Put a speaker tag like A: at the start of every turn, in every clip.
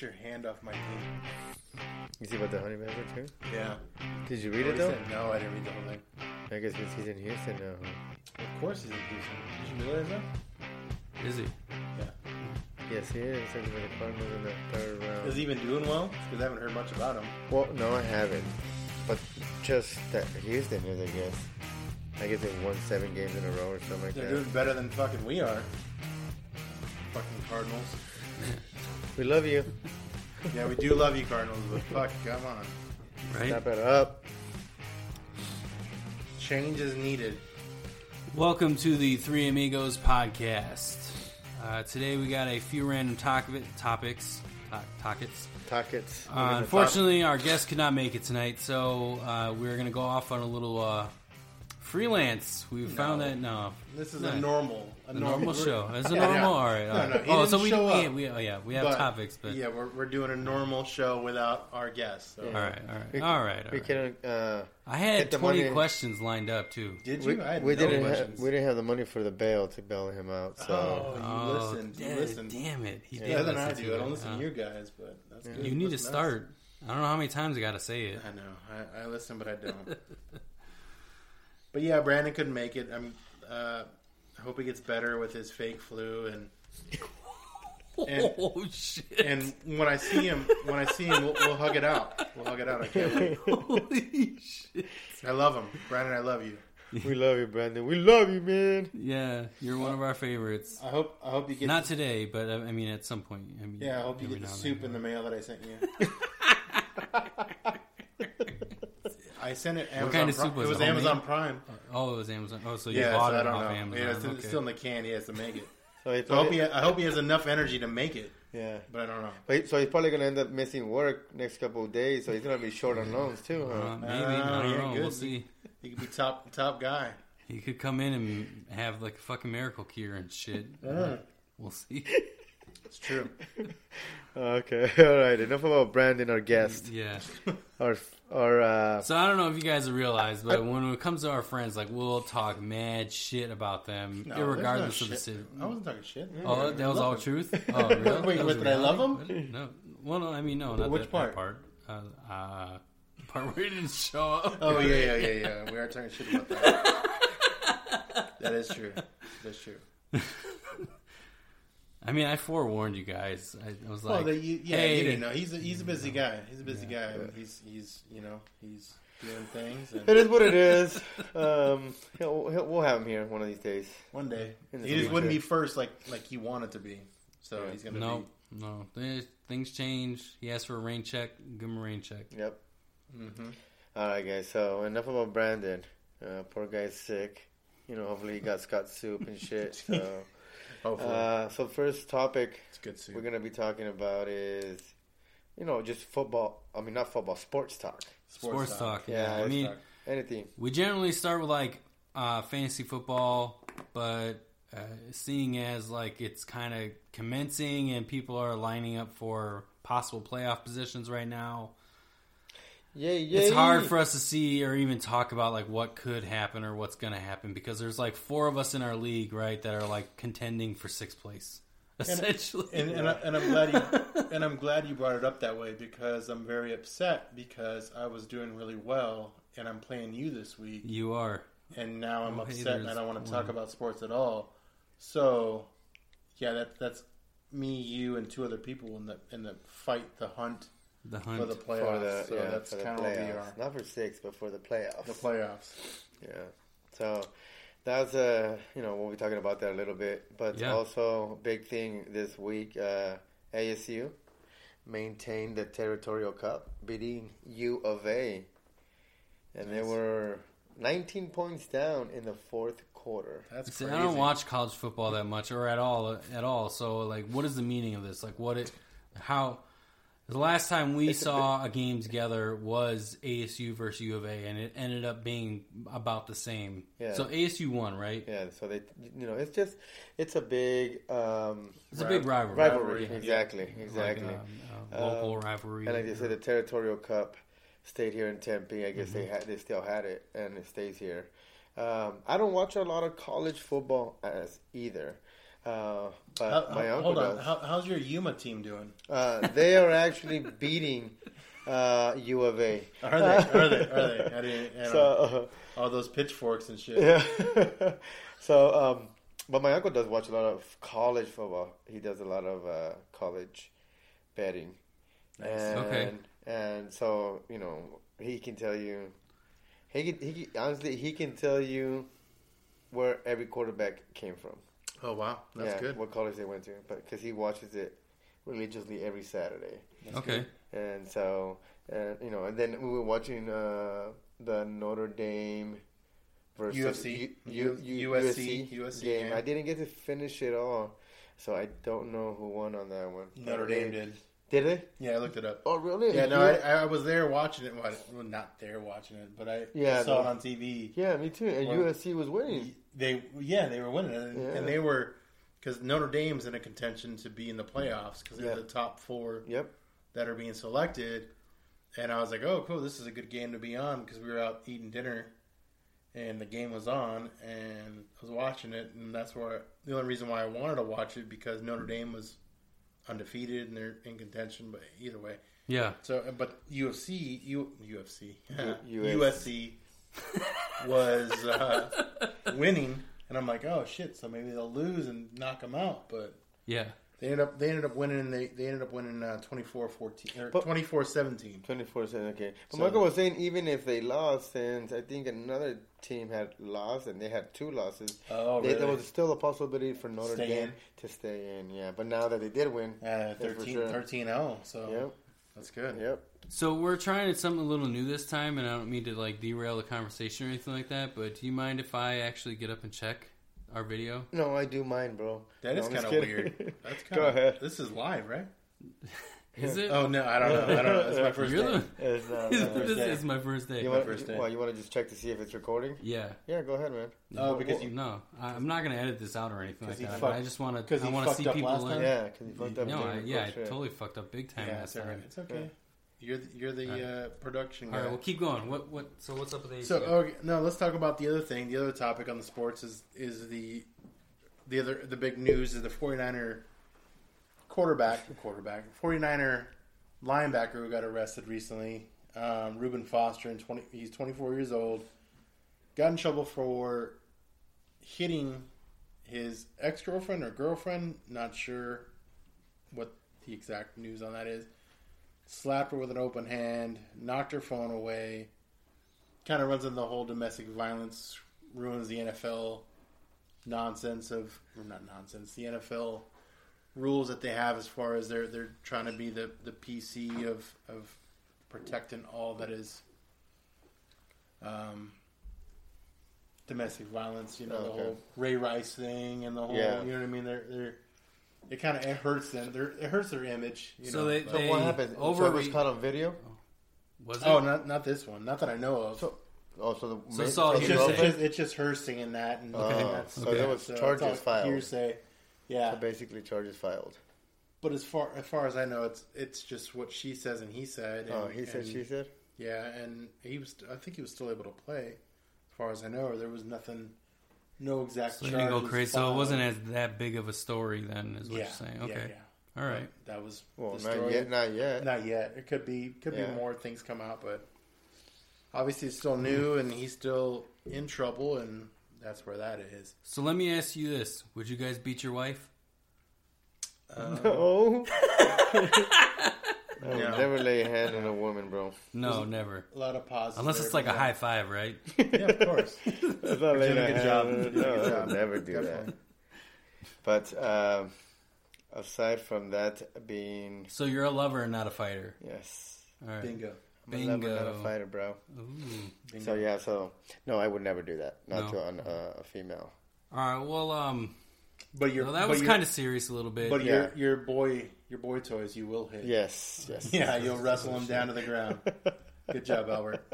A: your hand off my knee.
B: You see about the honey badger too?
A: Yeah.
B: Did you read it though?
A: No, I didn't read the whole thing.
B: I guess because he's in Houston now. huh?
A: Of course he's in Houston. Did you realize that?
C: Is he?
A: Yeah.
B: Yes, he is. He's with the Cardinals in the third round.
A: Is he even doing well? Because I haven't heard much about him.
B: Well, no, I haven't. But just that Houston is, I guess. I guess they've won seven games in a row or something like
A: They're
B: that.
A: doing better than fucking we are. Fucking Cardinals.
B: We love you.
A: Yeah, we do love you, Cardinals, but fuck, come on.
C: Right?
B: Stop it up.
A: Change is needed.
C: Welcome to the Three Amigos podcast. Uh, today we got a few random talk- topics. To- topics.
B: Tockets.
C: Uh, unfortunately, our guest could not make it tonight, so uh, we're going to go off on a little uh, freelance. We found that no,
A: This is
C: Nice.
A: a normal, a,
C: a normal show. It's a
A: Yeah,
C: normal,
A: yeah.
C: all right. all
A: No,
C: right.
A: no, he
C: oh,
A: didn't
C: so we,
A: show
C: yeah,
A: up.
C: we, oh, yeah, we have topics, but
A: yeah, we're, we're doing a normal show without our guests. So.
C: all right, all right,
B: We-
C: all right. All
B: We
C: right.
B: can. Uh,
C: I
B: get
C: had
B: the
C: twenty
B: money.
C: questions lined up too.
A: Did
B: we
A: you? I had
B: we
A: no
B: didn't. Ha-
A: questions.
B: we didn't have the money for the bail to bail him out. So
A: oh, you
C: Oh,
A: listened. You
C: da-
A: listened.
C: Damn it! He did
A: Better than I
C: listen
A: do.
C: to
A: I don't
C: it.
A: listen
C: Uh,
A: to you guys, but that's good.
C: You need to
A: Listen us.
C: start. I don't know how many times I got to say it.
A: I know. I, I listen, but I don't. but yeah, Brandon couldn't make it. I'm. Uh, I hope he gets better with his fake flu. And And-
C: oh shit!
A: and when I see him, when I see him, we'll, we'll hug it out. We'll hug it out. I can't wait.
C: Holy shit!
A: I love him, Brandon. I love you.
B: we love you, Brandon. We love you, man.
C: Yeah, you're one of our favorites.
A: I hope. I hope you get.
C: Not today, but uh, I mean, at some point. I mean,
A: yeah, I hope you
C: every
A: get the
C: now and
A: soup
C: then.
A: in the mail that I sent you. I sent it. Amazon
C: What kind of
A: Pri-
C: soup was
A: it?
C: it?
A: Was
C: Homemade?
A: Amazon Prime?
C: Oh, it was Amazon. Oh, so you
A: Yeah, so
C: bought
A: I
C: it
A: don't
C: off
A: know.
C: Amazon.
A: yeah, it's
C: okay.
A: still in the can. He has to make it.
B: So Oh, he
A: So I hope, he,
B: probably-
A: I hope he has enough energy to make it,
B: yeah.
A: but I don't know.
B: But he- So he's probably gonna end up missing work next couple of days. So he's gonna be short on loans too, huh?
C: uh, maybe
A: Ah,
C: I don't
A: yeah,
C: know.
A: good.
C: We'll see.
A: He could be top top guy.
C: He could come in and have like a fucking miracle cure and shit. We'll see.
A: It's true.
B: Okay, all right. Enough about Brandon, our guest,
C: Yeah.
B: our our uh,
C: So I don't know if you guys realize, but when it comes to our friends, like we'll talk mad shit about them,
A: No,
C: regardless of the
A: there's no
C: city.
A: shit. I wasn't talking shit.
B: Mm.
C: Oh, that was all truth. Oh, really?
A: Wait,
C: That
A: what,
C: was
A: did I love
C: reality? No, well, no, I mean, no, not
A: Which
C: that,
A: part?
C: that part. Uh, uh, part where he didn't show up.
A: Oh yeah, yeah, yeah, yeah. We are talking shit about that. that is true. That's true.
C: I mean, I forewarned you guys. I, I was
A: Well,
C: like,
A: the, you, yeah,
C: hey, Mm.
A: you didn't know. He's a, he's a busy guy. He's a busy guy. He's he's you know he's doing things.
B: It
A: And
B: is what it is. Um, he'll, he'll, we'll have him here one of these days.
A: one day
B: In the
A: he just wouldn't be
B: future.
A: first like like he wanted to be. So
B: Yeah.
A: he's gonna
C: no, no, th- things change. He asked for a rain check. Give him a rain check.
B: Yep.
A: be. hmm
B: All right, guys. So enough about Brandon. Uh, poor guy's sick. You know, hopefully he got Scott soup and shit. So,
A: Hopefully,
B: uh, so first topic
A: it's good
B: we're
A: soon.
B: gonna be talking about is, you know, just football. I mean, not football, sports talk.
C: Sports, talk.
B: Yeah,
C: Yeah, I
B: sports
C: mean,
A: talk.
B: Anything.
C: we generally start with like uh, fantasy football, but uh, seeing as like it's kind of commencing and people are lining up for possible playoff positions right now.
B: Yeah, yeah.
C: it's hard for us to see or even talk about like what could happen or what's going to happen because there's like four of us in our league right that are like contending for sixth place essentially
A: And, and, I, and I'm glad you and I'm glad you brought it up that way because I'm very upset because I was doing really well and I'm playing you this week
C: you are
A: and now I'm
C: Oh, hey,
A: upset and I
C: there's
A: don't want to talk
C: one.
A: about sports at all. So yeah, that that's me, you, and two other people in the in the fight, the hunt
C: the
A: for
C: hunt
A: the
B: for
A: playoffs.
B: the,
A: so
B: yeah,
A: that's
B: for the
A: kind of where we
B: playoffs.
A: are.
B: Not for six, but for the playoffs.
A: The playoffs.
B: Yeah. So that's uh you know we'll be talking about that a little bit, but
C: Yeah.
B: also big thing this week uh, ASU maintained the territorial cup, beating U of A, and they
A: Nice.
B: were 19 points down in the fourth quarter.
A: That's
C: See,
A: crazy.
C: I don't watch college football that much or at all at all so like what is the meaning of this like what it how the last time we saw a game together was ASU versus U of A and it ended up being about the same
B: Yeah.
C: so ASU won right
B: Yeah, so they you know it's just it's a big um,
C: it's a big rivalry,
B: rivalry.
C: Yeah.
B: Exactly,
C: Like,
B: exactly.
C: uh, uh, local rivalry
B: And like they said, the Territorial Cup stayed here in Tempe. I guess they
A: Mm-hmm.
B: had they still had it, and it stays here. Um, I don't watch a lot of college football as either. Uh, but
A: How-
B: my
A: how-
B: uncle
A: hold on.
B: does.
A: How, how's your Yuma team doing?
B: Uh, they are actually beating uh, U of A.
A: Are they? Are they? Are they? I didn't, I don't
B: So.
A: know.
B: Uh,
A: all those pitchforks and shit.
B: Yeah. so, um, but my uncle does watch a lot of college football. He does a lot of uh, college betting. And,
C: Okay.
B: And so you know he can tell you. He can, he can, honestly he can tell you where every quarterback came from.
A: Oh wow, that's
B: yeah,
A: good.
B: What college they went to, but because he watches it religiously every Saturday
C: okay.
B: and so and you know, and then we were watching uh, the Notre Dame versus
A: UFC.
B: U- U-
A: U-
B: U-
A: USC,
B: USC,
A: USC
B: game.
A: game.
B: I didn't get to finish it all, so I don't know who won on that one.
A: Notre
B: But they-
A: Dame did.
B: Did they?
A: Yeah, I looked it up.
B: Oh, really?
A: Yeah, no, I, I was there watching it. Well, I- well, not there watching it, but I
B: Yeah,
A: saw it
B: no.
A: on TV.
B: yeah, me too. And
A: Well-
B: USC was winning.
A: They, yeah, they were winning, and,
B: Yeah.
A: and they were because Notre Dame's in a contention to be in the playoffs because they're
B: Yeah.
A: the top four
B: Yep.
A: that are being selected. And I was like, oh, cool, this is a good game to be on because we were out eating dinner and the game was on and I was watching it. And that's where the only reason why I wanted to watch it because Notre Dame was undefeated and they're in contention, but either way.
C: Yeah.
A: So, uh, but UFC, U, UFC,
B: U-
A: USC was uh, winning. And I'm like, oh shit! So maybe they'll lose and knock them out. But
C: Yeah.
A: they ended up they ended up winning and they, they ended up winning uh, 24-14 or
B: But-
A: 24-17.
B: 24 7, okay. But
A: So-
B: Michael was saying even if they lost, since I think another team had lost and they had two losses,
A: Oh,
B: they, there
A: really?
B: was still a possibility for Notre
A: Stay
B: Dame
A: in.
B: to stay in, yeah. But now that they did win,
A: Uh,
B: that's
A: 13, 13 0, so
B: Yep,
A: that's good.
B: yep.
C: So we're trying something a little new this time, and I don't mean to like derail the conversation or anything like that. But do you mind if I actually get up and check our video?
B: No, I do mine, bro.
A: That
B: No,
A: is
B: I'm just
A: kind of
B: kidding.
A: weird. That's kind
B: Go ahead.
A: This is live, right?
C: Is it?
A: Oh no, I don't know. I don't know. It's my first
C: You're
A: day.
C: the-
B: It's not
C: this
B: bad.
A: first day.
C: is my first day.
B: uh, you want,
A: first day.
B: well, you want to just check to see if it's recording?
C: yeah.
B: Yeah, go ahead, man.
A: Oh, because
C: Well,
A: you
C: no, I, I'm not going to edit this out or anything
A: 'Cause
C: like
A: he
C: that. but
A: fucked-
C: I just want
A: 'cause
C: to. I
A: he
C: want to
A: fucked
C: see
A: up
C: people.
A: last
C: Like,
A: time?
B: Yeah, because you fucked up.
C: No,
B: during
C: I,
B: the
C: yeah, I
B: bullshit.
C: totally fucked up big time
A: yeah, it's
C: last
A: all right.
C: time.
A: It's okay. You're the, you're the uh, production
C: All
A: guy.
C: right, well, keep going. What? What? So what's up with the
A: so uh,
C: ACU?
A: okay, no, let's talk about the other thing. The other topic on the sports is is the the other the big news is the 49er quarterback quarterback 49er linebacker who got arrested recently. Um, Reuben Foster, and twenty he's 24 years old, got in trouble for hitting his ex girlfriend or girlfriend. Not sure what the exact news on that is. Slapped her with an open hand, knocked her phone away. Kind of runs in the whole domestic violence, ruins the NFL nonsense of or not nonsense. The NFL rules that they have as far as they're they're trying to be the the PC of of protecting all that is um, domestic violence. You know
B: Okay.
A: the whole Ray Rice thing and the whole
B: Yeah.
A: you know what I mean. They're they're it kind of it hurts them. They're, it hurts their image. You
C: So
A: know,
C: they-
A: but-
B: So
C: they-
B: what happened?
C: Over-
B: Over so it was caught on video.
C: was it?
A: oh, not not this one. Not that I know of.
B: So, oh, so the
C: So
B: so
C: Saul,
A: it's,
C: you
A: just,
C: know
A: it's, just, it's just her singing that, and
B: Oh, Okay.
A: and that's-
B: So
C: there
A: yeah,
B: was
A: it's
B: charges
A: all
B: filed.
A: Hearsay. Yeah,
B: so basically charges filed.
A: but as far as far as I know, it's it's just what she says and he said. And,
B: Oh, he said,
A: and-
B: she said.
A: Yeah, and he was. I think he was still able to play, as far as I know. Or there was nothing, no exact.
C: So you didn't go
A: charges
C: crazy. So it
A: filed.
C: wasn't as that big of a story then, is what
A: Yeah,
C: you're saying.
A: yeah,
C: Okay.
A: yeah.
C: All right.
A: That was
B: Well,
A: the
B: not
A: story.
B: yet, not yet.
A: Not yet. It could be could be
B: Yeah.
A: more things come out, but obviously it's still new
B: Mm-hmm.
A: and he's still in trouble and that's where that is.
C: So let me ask you this: Would you guys beat your wife?
B: No. I would
A: No.
B: never lay a hand on a woman, bro.
C: No, never.
A: A lot of positives.
C: Unless
A: there
C: it's like a
A: for
C: high five, right?
A: that. Yeah, of course.
B: It's not
A: You're doing a
B: laying
A: good
B: hand
A: job.
B: on-
A: You're doing a
B: No,
A: good
B: I
A: job.
B: would never do that.
A: Definitely.
B: But um, aside from that, being
C: So you're a lover and not a fighter.
B: yes,
C: All right.
A: Bingo.
B: I'm a lover, not a
C: Bingo.
B: fighter, bro.
C: Ooh.
A: Bingo.
B: So yeah, so no, I would never do that. Not
C: No.
B: to an, uh, a female.
C: All right. Well, um,
A: But your
C: well, that
A: but
C: was
A: your-
C: kind of serious a little bit.
A: but
B: Yeah.
A: your your boy your boy toys you will hit.
B: Yes, yes.
A: Yeah, you'll wrestle him down to the ground. Good job, Albert.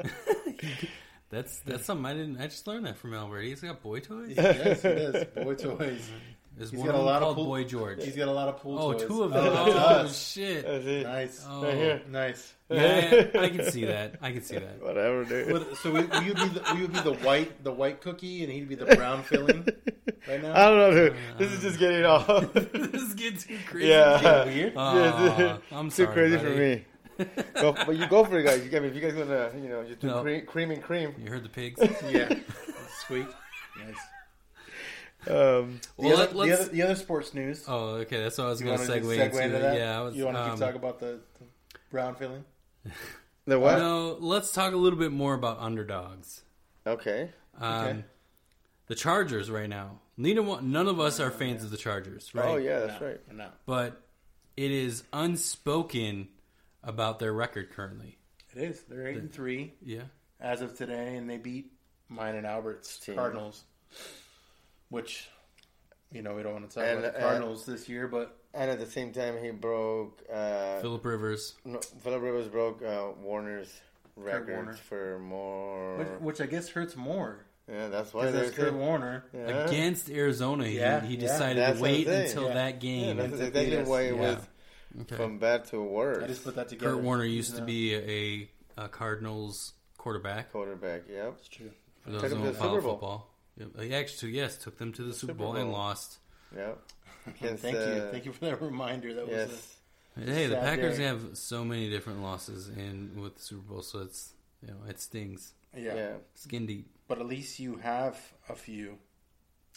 C: that's that's something I didn't. I just learned that from Albert. He's got boy toys.
A: yes, it is. Boy toys.
C: Is
A: He's
C: one
A: got
C: of
A: a
C: them
A: lot of
C: called
A: pool-
C: Boy George?
A: He's got a lot of pool
C: Oh,
A: toys.
C: two of
A: Oh,
C: them.
A: he
C: Oh,
A: does.
C: shit.
B: That's it.
A: Nice.
C: Oh.
B: Right here.
A: Nice.
C: Yeah, I can see that. I can see that.
B: Whatever, dude.
A: With- so we, we would be the, we would be the white the white cookie, and he'd be the brown filling. Right now?
B: I don't know, dude. This is just getting off.
C: Uh, this is getting too crazy.
B: yeah.
A: Getting weird.
B: Yeah,
C: Aw,
B: dude.
C: I'm
B: too
C: sorry,
B: crazy for
C: buddy.
B: me. go, but you go for it, guys. You, I mean, if you guys wanna, you know, just do
C: No.
B: cream, cream and cream.
C: You heard the pigs.
A: Yeah. Sweet. Nice. The,
B: Um,
C: Well,
A: other,
C: let,
A: the,
C: us
A: other, the other sports news.
C: Oh, okay. That's what I was
A: You
C: going to
A: wanna just
C: segue, into. Yeah, I was,
A: you want to
C: um,
A: keep talking about the, the brown filling?
B: the what?
C: No, let's talk a little bit more about underdogs.
B: Okay.
C: Um,
A: Okay.
C: The Chargers right now. Neither one, none of us are fans of the Chargers, right?
B: Oh yeah, that's right.
A: No.
C: But it is unspoken about their record currently.
A: It is. They're eight and three
C: Yeah.
A: as of today, and they beat mine and Albert's
B: Team.
A: Cardinals, which you know we don't want to talk
B: And,
A: about the
B: uh,
A: Cardinals this year, but
B: And at the same time, he broke. Uh,
C: Philip Rivers.
B: no, Philip Rivers broke uh, Warner's records
A: Warner.
B: for more.
A: which, which I guess hurts more
B: yeah, that's why
A: because
B: they
A: that's Kurt
B: said.
A: Warner.
B: Yeah.
C: Against Arizona, he,
A: Yeah,
C: he
A: yeah.
C: decided
B: That's
C: to
B: what I'm
C: wait
B: saying.
C: until
A: Yeah.
C: that
B: Yeah,
C: game.
B: that's
A: That's
B: exactly
A: Adidas,
B: why it
A: yeah.
B: was
C: okay.
B: from bad to
A: I
B: worse.
A: just put that together.
C: Kurt Warner used to
A: Yeah.
C: be a, a Cardinals quarterback.
B: Quarterback. Yep.
A: It's true.
C: For those
B: Took
C: who
B: them to
C: don't
B: the
C: follow
B: Super Bowl.
C: football. Yep. He actually, yes, took them to the, Super,
B: Super
C: Bowl, and
B: Bowl.
C: lost.
B: Yep.
A: Thank
B: Against,
A: you.
B: uh,
A: Thank you for that reminder. That was
B: Yes.
C: Hey, the
A: sad
C: Packers
A: day.
C: have so many different losses in with the Super Bowl, so it's you know it stings
A: a,
B: Yeah.
A: yeah.
C: skin deep.
A: But at least you have a few.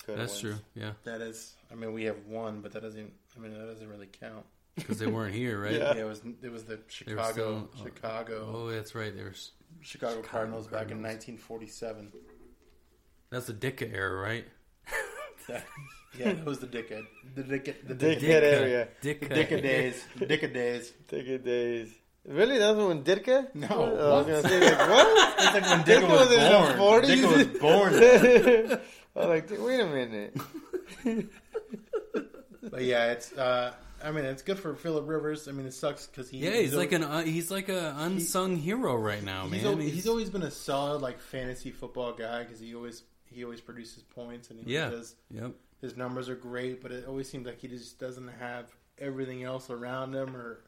B: Good ones.
C: That's true, yeah,
A: That is, I mean, we have one, but that doesn't. I mean, that doesn't really count.
C: because they weren't here, right?
A: Yeah, it was it was the Chicago
C: still- uh,
A: Chicago
C: Oh, that's right. There's
A: Chicago Cardinals, back in
C: Cardinals.
A: 1947.
C: that's the Dicka era, right?
A: That- yeah, that was the dickhead. The dickhead. The
B: Dickhead
A: dickhead.
B: area.
C: Dicka,
A: Dicka days. Dicka days.
B: Take it days. Really? That was when Dirka?
A: No.
B: I was gonna say like what?
A: It's like when
B: Dicka
A: Dicka
B: was
A: was,
B: in the
A: born.
B: 40s?
A: Dicka was born.
B: I was like, dude, wait a minute.
A: But yeah, it's. Uh, I mean, it's good for Philip Rivers. I mean, it sucks because he.
C: Yeah, he's
A: a-
C: like an uh, he's like a unsung hero right now,
A: He's,
C: man.
A: al- he's always been a solid like fantasy football guy because he always he always produces points and he
C: yeah,
A: does
C: yep.
A: his numbers are great, but it always seems like he just doesn't have everything else around him, or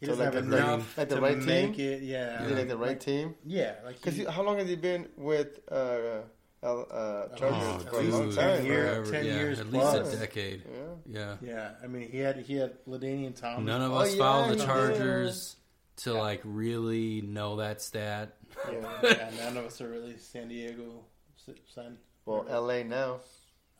A: he
B: So,
A: doesn't
B: like,
A: have
B: the right-
A: enough
B: like the
A: to
B: right team?
A: make it. Yeah,
B: Is it like the right team?
A: yeah, like
B: Because
A: he,
B: how long has he been with uh, L- uh,
A: Oh,
B: Chargers? for a
A: dude.
B: long
A: Ten
B: time.
A: years.
B: right?
C: forever,
A: 10
C: yeah,
A: years
C: at least
A: plus.
C: a decade. Yeah,
A: yeah. I mean, he had he had Ladainian Thomas.
C: none of
B: Oh,
C: us
B: yeah,
C: follow
B: he
C: the
B: did.
C: Chargers to like really know that stat.
A: yeah, yeah, none of us are really San Diego s- son.
B: Well, LA now.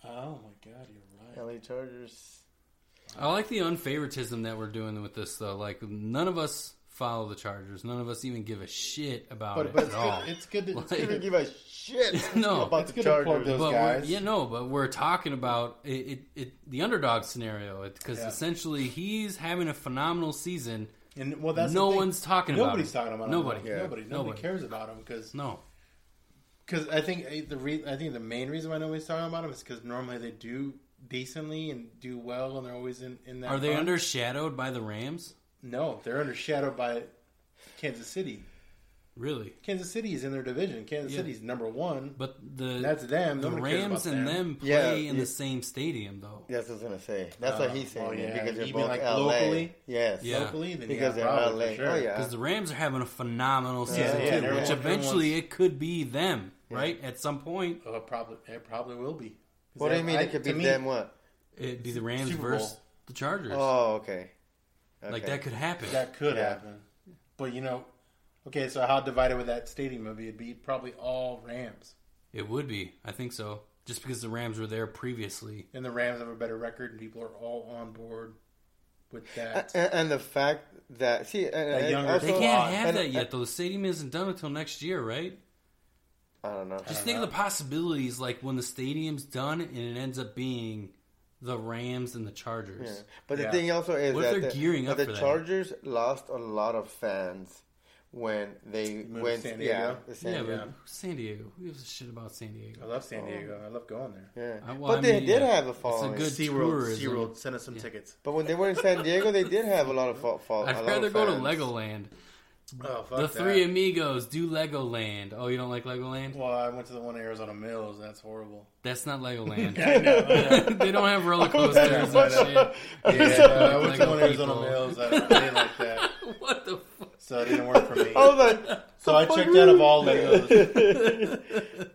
A: oh my God, you're right.
B: LA Chargers.
C: I like the unfavoritism that we're doing with this, though. Like, none of us follow the Chargers. None of us even give a shit about
A: But
C: it
A: but
C: at
A: it's
C: all.
A: good. It's good. To, it's
C: Like-
A: good
B: I
A: to
B: don't give a shit
C: No.
B: about
A: It's good
B: the
A: to plug
B: Chargers.
A: those
C: but
A: guys.
C: We're, yeah, no, but we're talking about it, it, it the underdog scenario because
A: Yeah.
C: essentially he's having a phenomenal season.
A: And well, that's the
C: No
A: thing.
C: one's talking about
A: Nobody's
C: him.
A: talking about him.
C: Nobody.
A: Nobody.
C: Yeah.
A: Nobody.
C: Nobody.
A: Nobody cares about him because
C: No,
A: Because I think eh, the re- I think the main reason why nobody's talking about them is because normally they do decently and do well, and they're always in in that.
C: are they
A: hunt.
C: undershadowed by the Rams?
A: No, they're undershadowed by Kansas City.
C: Really?
A: Kansas City is in their division. Kansas
C: Yeah.
A: City's number one.
C: But the
A: That's them.
C: The
A: Nobody cares
C: Rams
A: about
C: and
A: them.
C: them play
B: Yeah,
C: in
B: yeah.
C: the same stadium, though.
B: That's what I was gonna say. That's what
A: Uh,
B: he's saying.
A: oh, yeah.
B: Because they're
A: You mean,
B: both
A: like,
B: LA.
A: locally?
B: Yes.
C: Yeah.
A: locally, then
B: Because
A: yeah,
B: they're
A: probably,
B: LA.
A: for sure.
B: Oh yeah.
C: Because the Rams are having a phenomenal season
A: yeah,
C: too,
A: everyone- everyone's-
C: which eventually it could be them, right? At some point,
A: Oh, probably it probably will be. 'Cause
B: What do
A: they-
B: you mean?
A: I-
B: it could
A: to
B: be
A: me-
B: them. What?
C: it'd be the Rams
A: Super
C: versus
A: Bowl.
C: the Chargers.
B: Oh, okay. okay.
C: Like that could happen.
A: That could
B: Yeah.
A: happen, but you know, okay. So how divided would that stadium be? It'd be probably all Rams,
C: It would be. I think so. Just because the Rams were there previously.
A: and the Rams have a better record, and people are all on board with that.
B: And, and the fact that see, and, and
A: younger-
B: also,
C: They
A: So
C: can't
A: odd.
C: have
B: uh, And-
C: that yet, though. The stadium isn't done until next year, right?
B: I don't know.
C: Just think of the possibilities, like when the stadium's done and it ends up being the Rams and the Chargers.
B: Yeah. But the
A: Yeah.
B: thing also is
C: What if
B: that
C: they're
B: the,
C: gearing
B: that
C: up
B: the
C: for that?
B: Chargers lost a lot of fans when they
A: Moved to
B: went.
A: San Diego?
B: yeah, the
C: Yeah,
B: San
C: but
A: Yeah.
C: San Diego. Who gives a shit about San Diego?
A: I love San Diego. I love going there.
B: yeah.
C: I- well,
B: but
C: I
B: they
C: mean,
B: did
C: yeah.
B: have a
C: It's a
B: following.
C: good-
A: SeaWorld,
C: tourism.
A: SeaWorld, send us some tickets.
B: But when they were in San Diego, they did have a lot of fall. fall
C: I'd rather go to Legoland.
A: Oh, fuck
C: the
A: that.
C: three amigos do Legoland. Oh, you don't like Legoland?
A: Well, I went to the one at Arizona Mills. That's horrible.
C: That's not Legoland.
A: I know.
C: they don't have roller
A: Yeah,
C: coasters and shit.
A: yeah, no, I went to the one
C: Lego
A: at Arizona
C: people.
A: Mills. I don't really like that.
C: What the fuck?
A: So it didn't work for me.
B: I was like,
A: so I checked out of all Legos.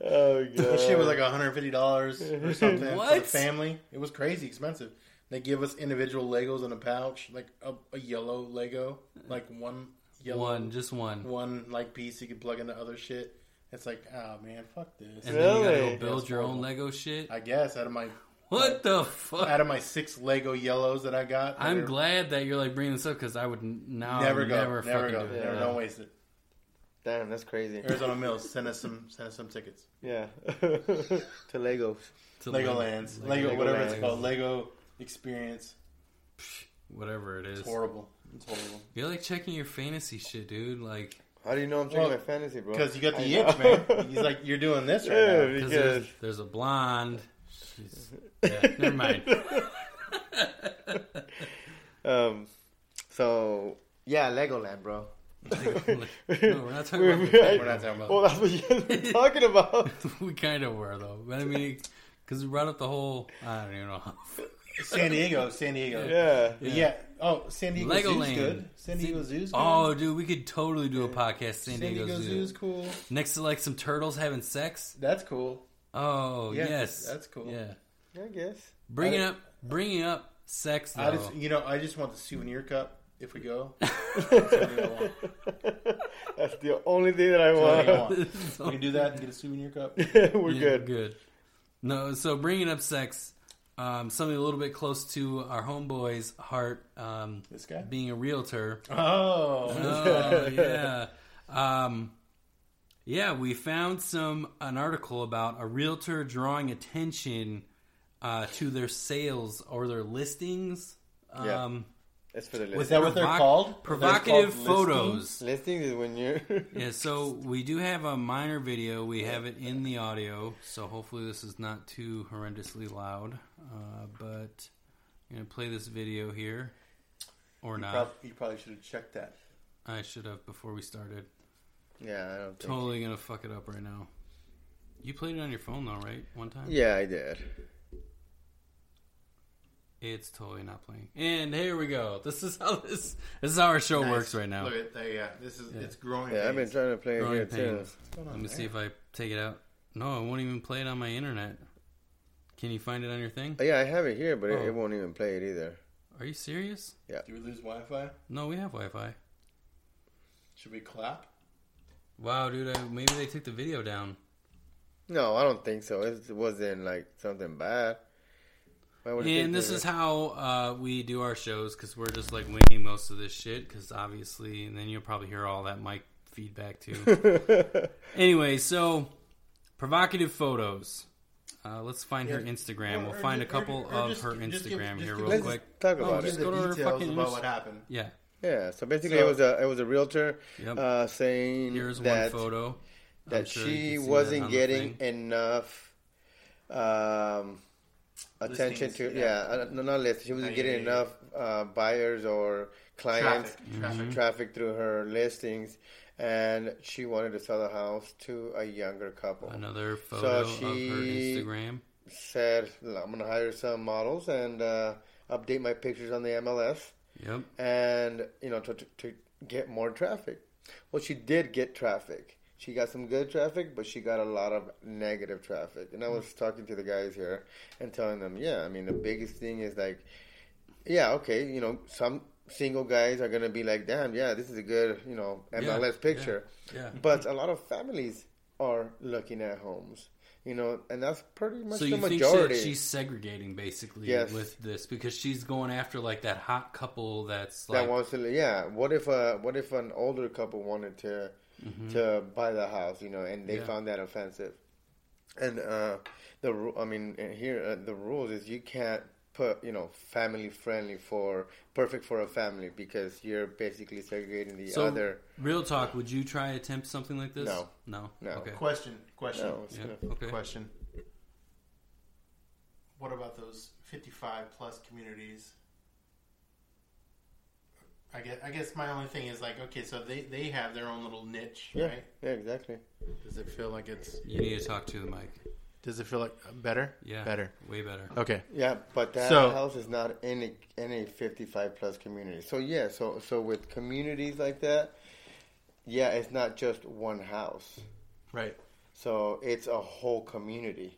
B: oh god,
A: That shit was like $150 or something for the
C: What?
A: family. It was crazy expensive. They give us individual Legos in a pouch, like a, a yellow Lego, like one yellow
C: One, just one.
A: one like piece you could plug into other shit. It's like, oh man, fuck this.
C: And then you gotta
B: Really?
C: go build your own
A: That's
C: Lego shit.
A: I guess out of my
C: What the fuck?
A: out of my six Lego yellows that I got,
C: I'm
A: they're-
C: glad that you're like bringing this up because I would n- now
A: Never go,
C: never,
A: never,
C: fucking
A: go,
C: do it.
A: never,
B: Yeah.
A: don't waste it.
B: damn, that's crazy.
A: Arizona Mills, send us some, send us some tickets.
B: Yeah, to Legos.
C: To
A: Legolands, Lego,
B: Legolands.
A: whatever it's called, Lego Experience.
C: whatever it is.
A: It's horrible. It's horrible.
C: You're like checking your fantasy shit, dude. Like,
B: How do you know I'm checking
A: Well,
B: my fantasy, bro?
A: Because you got
B: I
A: the
B: know.
A: itch, man. He's like, you're doing this right
B: yeah,
A: now.
C: because there's,
B: because
C: there's a blonde. She's, yeah, never mind.
B: um, so yeah, Legoland, bro.
C: no, we're not talking about
B: We're-
A: We're not talking about.
B: Well, that's what you guys were talking about.
C: we kind of were though. But I mean, because we brought up the whole. I don't even know. How,
A: San Diego, San Diego. Yeah.
B: Yeah.
A: yeah. Oh, San Diego Zoo's
C: Legoland.
A: good. San Diego Zoo's good.
C: oh, dude, we could totally do a podcast. San,
A: San
C: Diego,
A: Diego
C: Zoo.
A: Zoo's cool.
C: next to like some turtles having sex.
A: That's cool.
C: Oh
A: Yeah,
C: yes,
A: that's cool.
C: Yeah,
B: I guess.
C: bringing
A: I-
C: up bringing up sex though.
A: I just, you know, I just want the souvenir cup if we go.
B: That's the only thing that I
A: That's all I
B: want.
A: want. We can do that and get a souvenir cup.
B: We're
C: Yeah,
B: good.
C: Good. No, so bringing up sex, um, something a little bit close to our homeboy's heart, um,
A: This guy.
C: being a realtor.
A: Oh,
C: Oh yeah, um, yeah. We found some an article about a realtor drawing attention uh, to their sales or their listings. Um,
B: Yeah. That's for the list.
A: Was that what they're
C: provoc-
A: called?
C: Provocative
A: They're called
C: photos.
B: Listing is when you're.
C: Yeah, so we do have a minor video. We have it in the audio, so hopefully this is not too horrendously loud. Uh, but I'm gonna play this video here, or
A: you,
C: not?
A: prob- you probably should have checked that.
C: I should have before we started.
B: yeah, I don't think.
C: Totally gonna fuck it up right now. You played it on your phone though, right? One time.
B: Yeah, I did.
C: It's totally not playing. And here we go. This is how this this is how our show
A: Nice.
C: works right now.
A: Look at that. Yeah, this is it's growing.
B: Yeah, I've been
A: pains.
B: trying to play it
C: Growing
B: here too.
C: pains. Let
A: Oh,
C: me see if I take it out. No, I won't even play it on my internet. Can you find it on your thing?
B: Oh, yeah, I have it here, but it,
C: Oh.
B: it won't even play it either.
C: Are you serious?
A: Do we lose Wi-Fi?
C: No, we have Wi-Fi.
A: Should we clap?
C: Wow, dude, I, maybe they took the video down.
B: No, I don't think so. It wasn't like something bad. Why would
C: And
B: they
C: this
B: do
C: is
B: that?
C: how uh, we do our shows because we're just like winging most of this shit. Because obviously, and then you'll probably hear all that mic feedback too. anyway, so provocative photos. Uh, let's find her
A: Yeah.
C: Instagram.
A: Or-
C: we'll
A: or
C: find
A: ju-
C: a couple
A: or- or
C: of
A: just-
C: her
A: just
C: Instagram
A: give- just
C: here,
A: give-
C: real
A: let's-
C: quick.
B: talk
A: No,
B: about
A: give
B: it.
C: Oh, Just go to
A: the
C: her
A: details
C: fucking
A: about
C: Inst-
A: what happened.
C: Yeah.
B: Yeah, so basically,
A: So-
B: it was a it was a realtor
C: Yep.
A: Um,
B: uh, saying
C: Here's
B: that
C: one photo. I'm
B: that
C: sure you
B: she
C: can see that
B: wasn't
C: on the
B: getting
C: thing.
B: enough um, attention
A: Listings,
B: to
A: yeah.
B: yeah, uh, no, not list. She
C: Ah,
B: wasn't
A: yeah,
B: getting
A: yeah, yeah.
B: enough uh, buyers or clients
A: Traffic,
B: Mm-hmm.
A: traffic.
B: traffic through her listings, and she wanted to sell the house to a younger couple.
C: another photo of her
B: she-
C: Instagram.
B: Said I'm gonna hire some models and uh, update my pictures on the MLS.
C: Yep.
B: and you know to, to, to get more traffic well she did get traffic she got some good traffic but she got a lot of negative traffic and i
C: Mm.
B: was talking to the guys here and telling them yeah i mean the biggest thing is like yeah okay you know some single guys are gonna be like damn yeah this is a good you know mls
C: yeah. Mm-hmm.
B: picture
C: Yeah.
B: but a lot of families are looking at homes you know and that's pretty much
C: So
B: the
C: you think
B: majority
C: that she's segregating basically
B: Yes.
C: with this because she's going after like that hot couple that's like
B: that wants to yeah what if uh what if an older couple wanted to to buy the house you know and they
C: Mm-hmm. Yeah.
B: found that offensive and uh the ru- i mean uh, here uh, the rules is you can't put you know family friendly for perfect for a family because you're basically segregating the
C: so
B: other
C: real talk. Would you try attempt something like this?
B: No.
C: no,
B: No.
C: Okay,
A: Question, question,
B: no, it's
C: yeah,
B: gonna-
C: okay.
A: question. What about those fifty-five plus communities I guess, I guess my only thing is like, okay, so they, they have their own little niche,
B: Yeah,
A: right?
B: yeah, exactly.
A: Does it feel like it's?
C: You need to talk to the mic.
A: Does it feel like better?
C: Yeah,
A: better.
C: way better.
A: Okay,
B: Yeah, but that
A: So-
B: house is not in a, in a 55 plus community. So yeah, so so with communities like that, yeah, it's not just one house.
A: right.
B: So it's a whole community.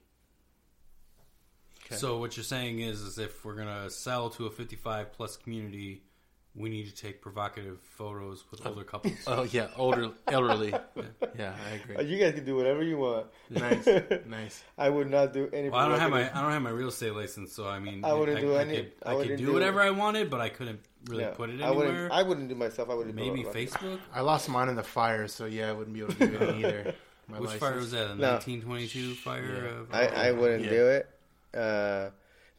A: Okay.
C: So what you're saying is, is if we're gonna sell to a 55 plus community, we need to take provocative photos with older couples.
A: Oh yeah, older elderly. yeah, I
B: Uh,
A: agree.
B: You guys can do whatever you want.
A: Nice, nice.
B: I would not do any.
C: Well, I don't have my I don't have my real estate license, so I mean,
B: I wouldn't do
C: I
B: any-
C: Could,
B: I
C: I, could
B: wouldn't
C: do,
B: do-
C: whatever I wanted, but I couldn't really
B: Yeah,
C: put it
B: I wouldn't.
C: anywhere.
B: I wouldn't do myself. I wouldn't.
C: Maybe
B: do it.
C: Facebook.
A: I lost mine in the fire, so yeah, I wouldn't be able to do it either. My
C: Which fire was that? A
B: No.
C: 1922 fire?
A: Yeah.
C: Of, oh,
B: I, I wouldn't
A: Yeah.
B: do it. Uh,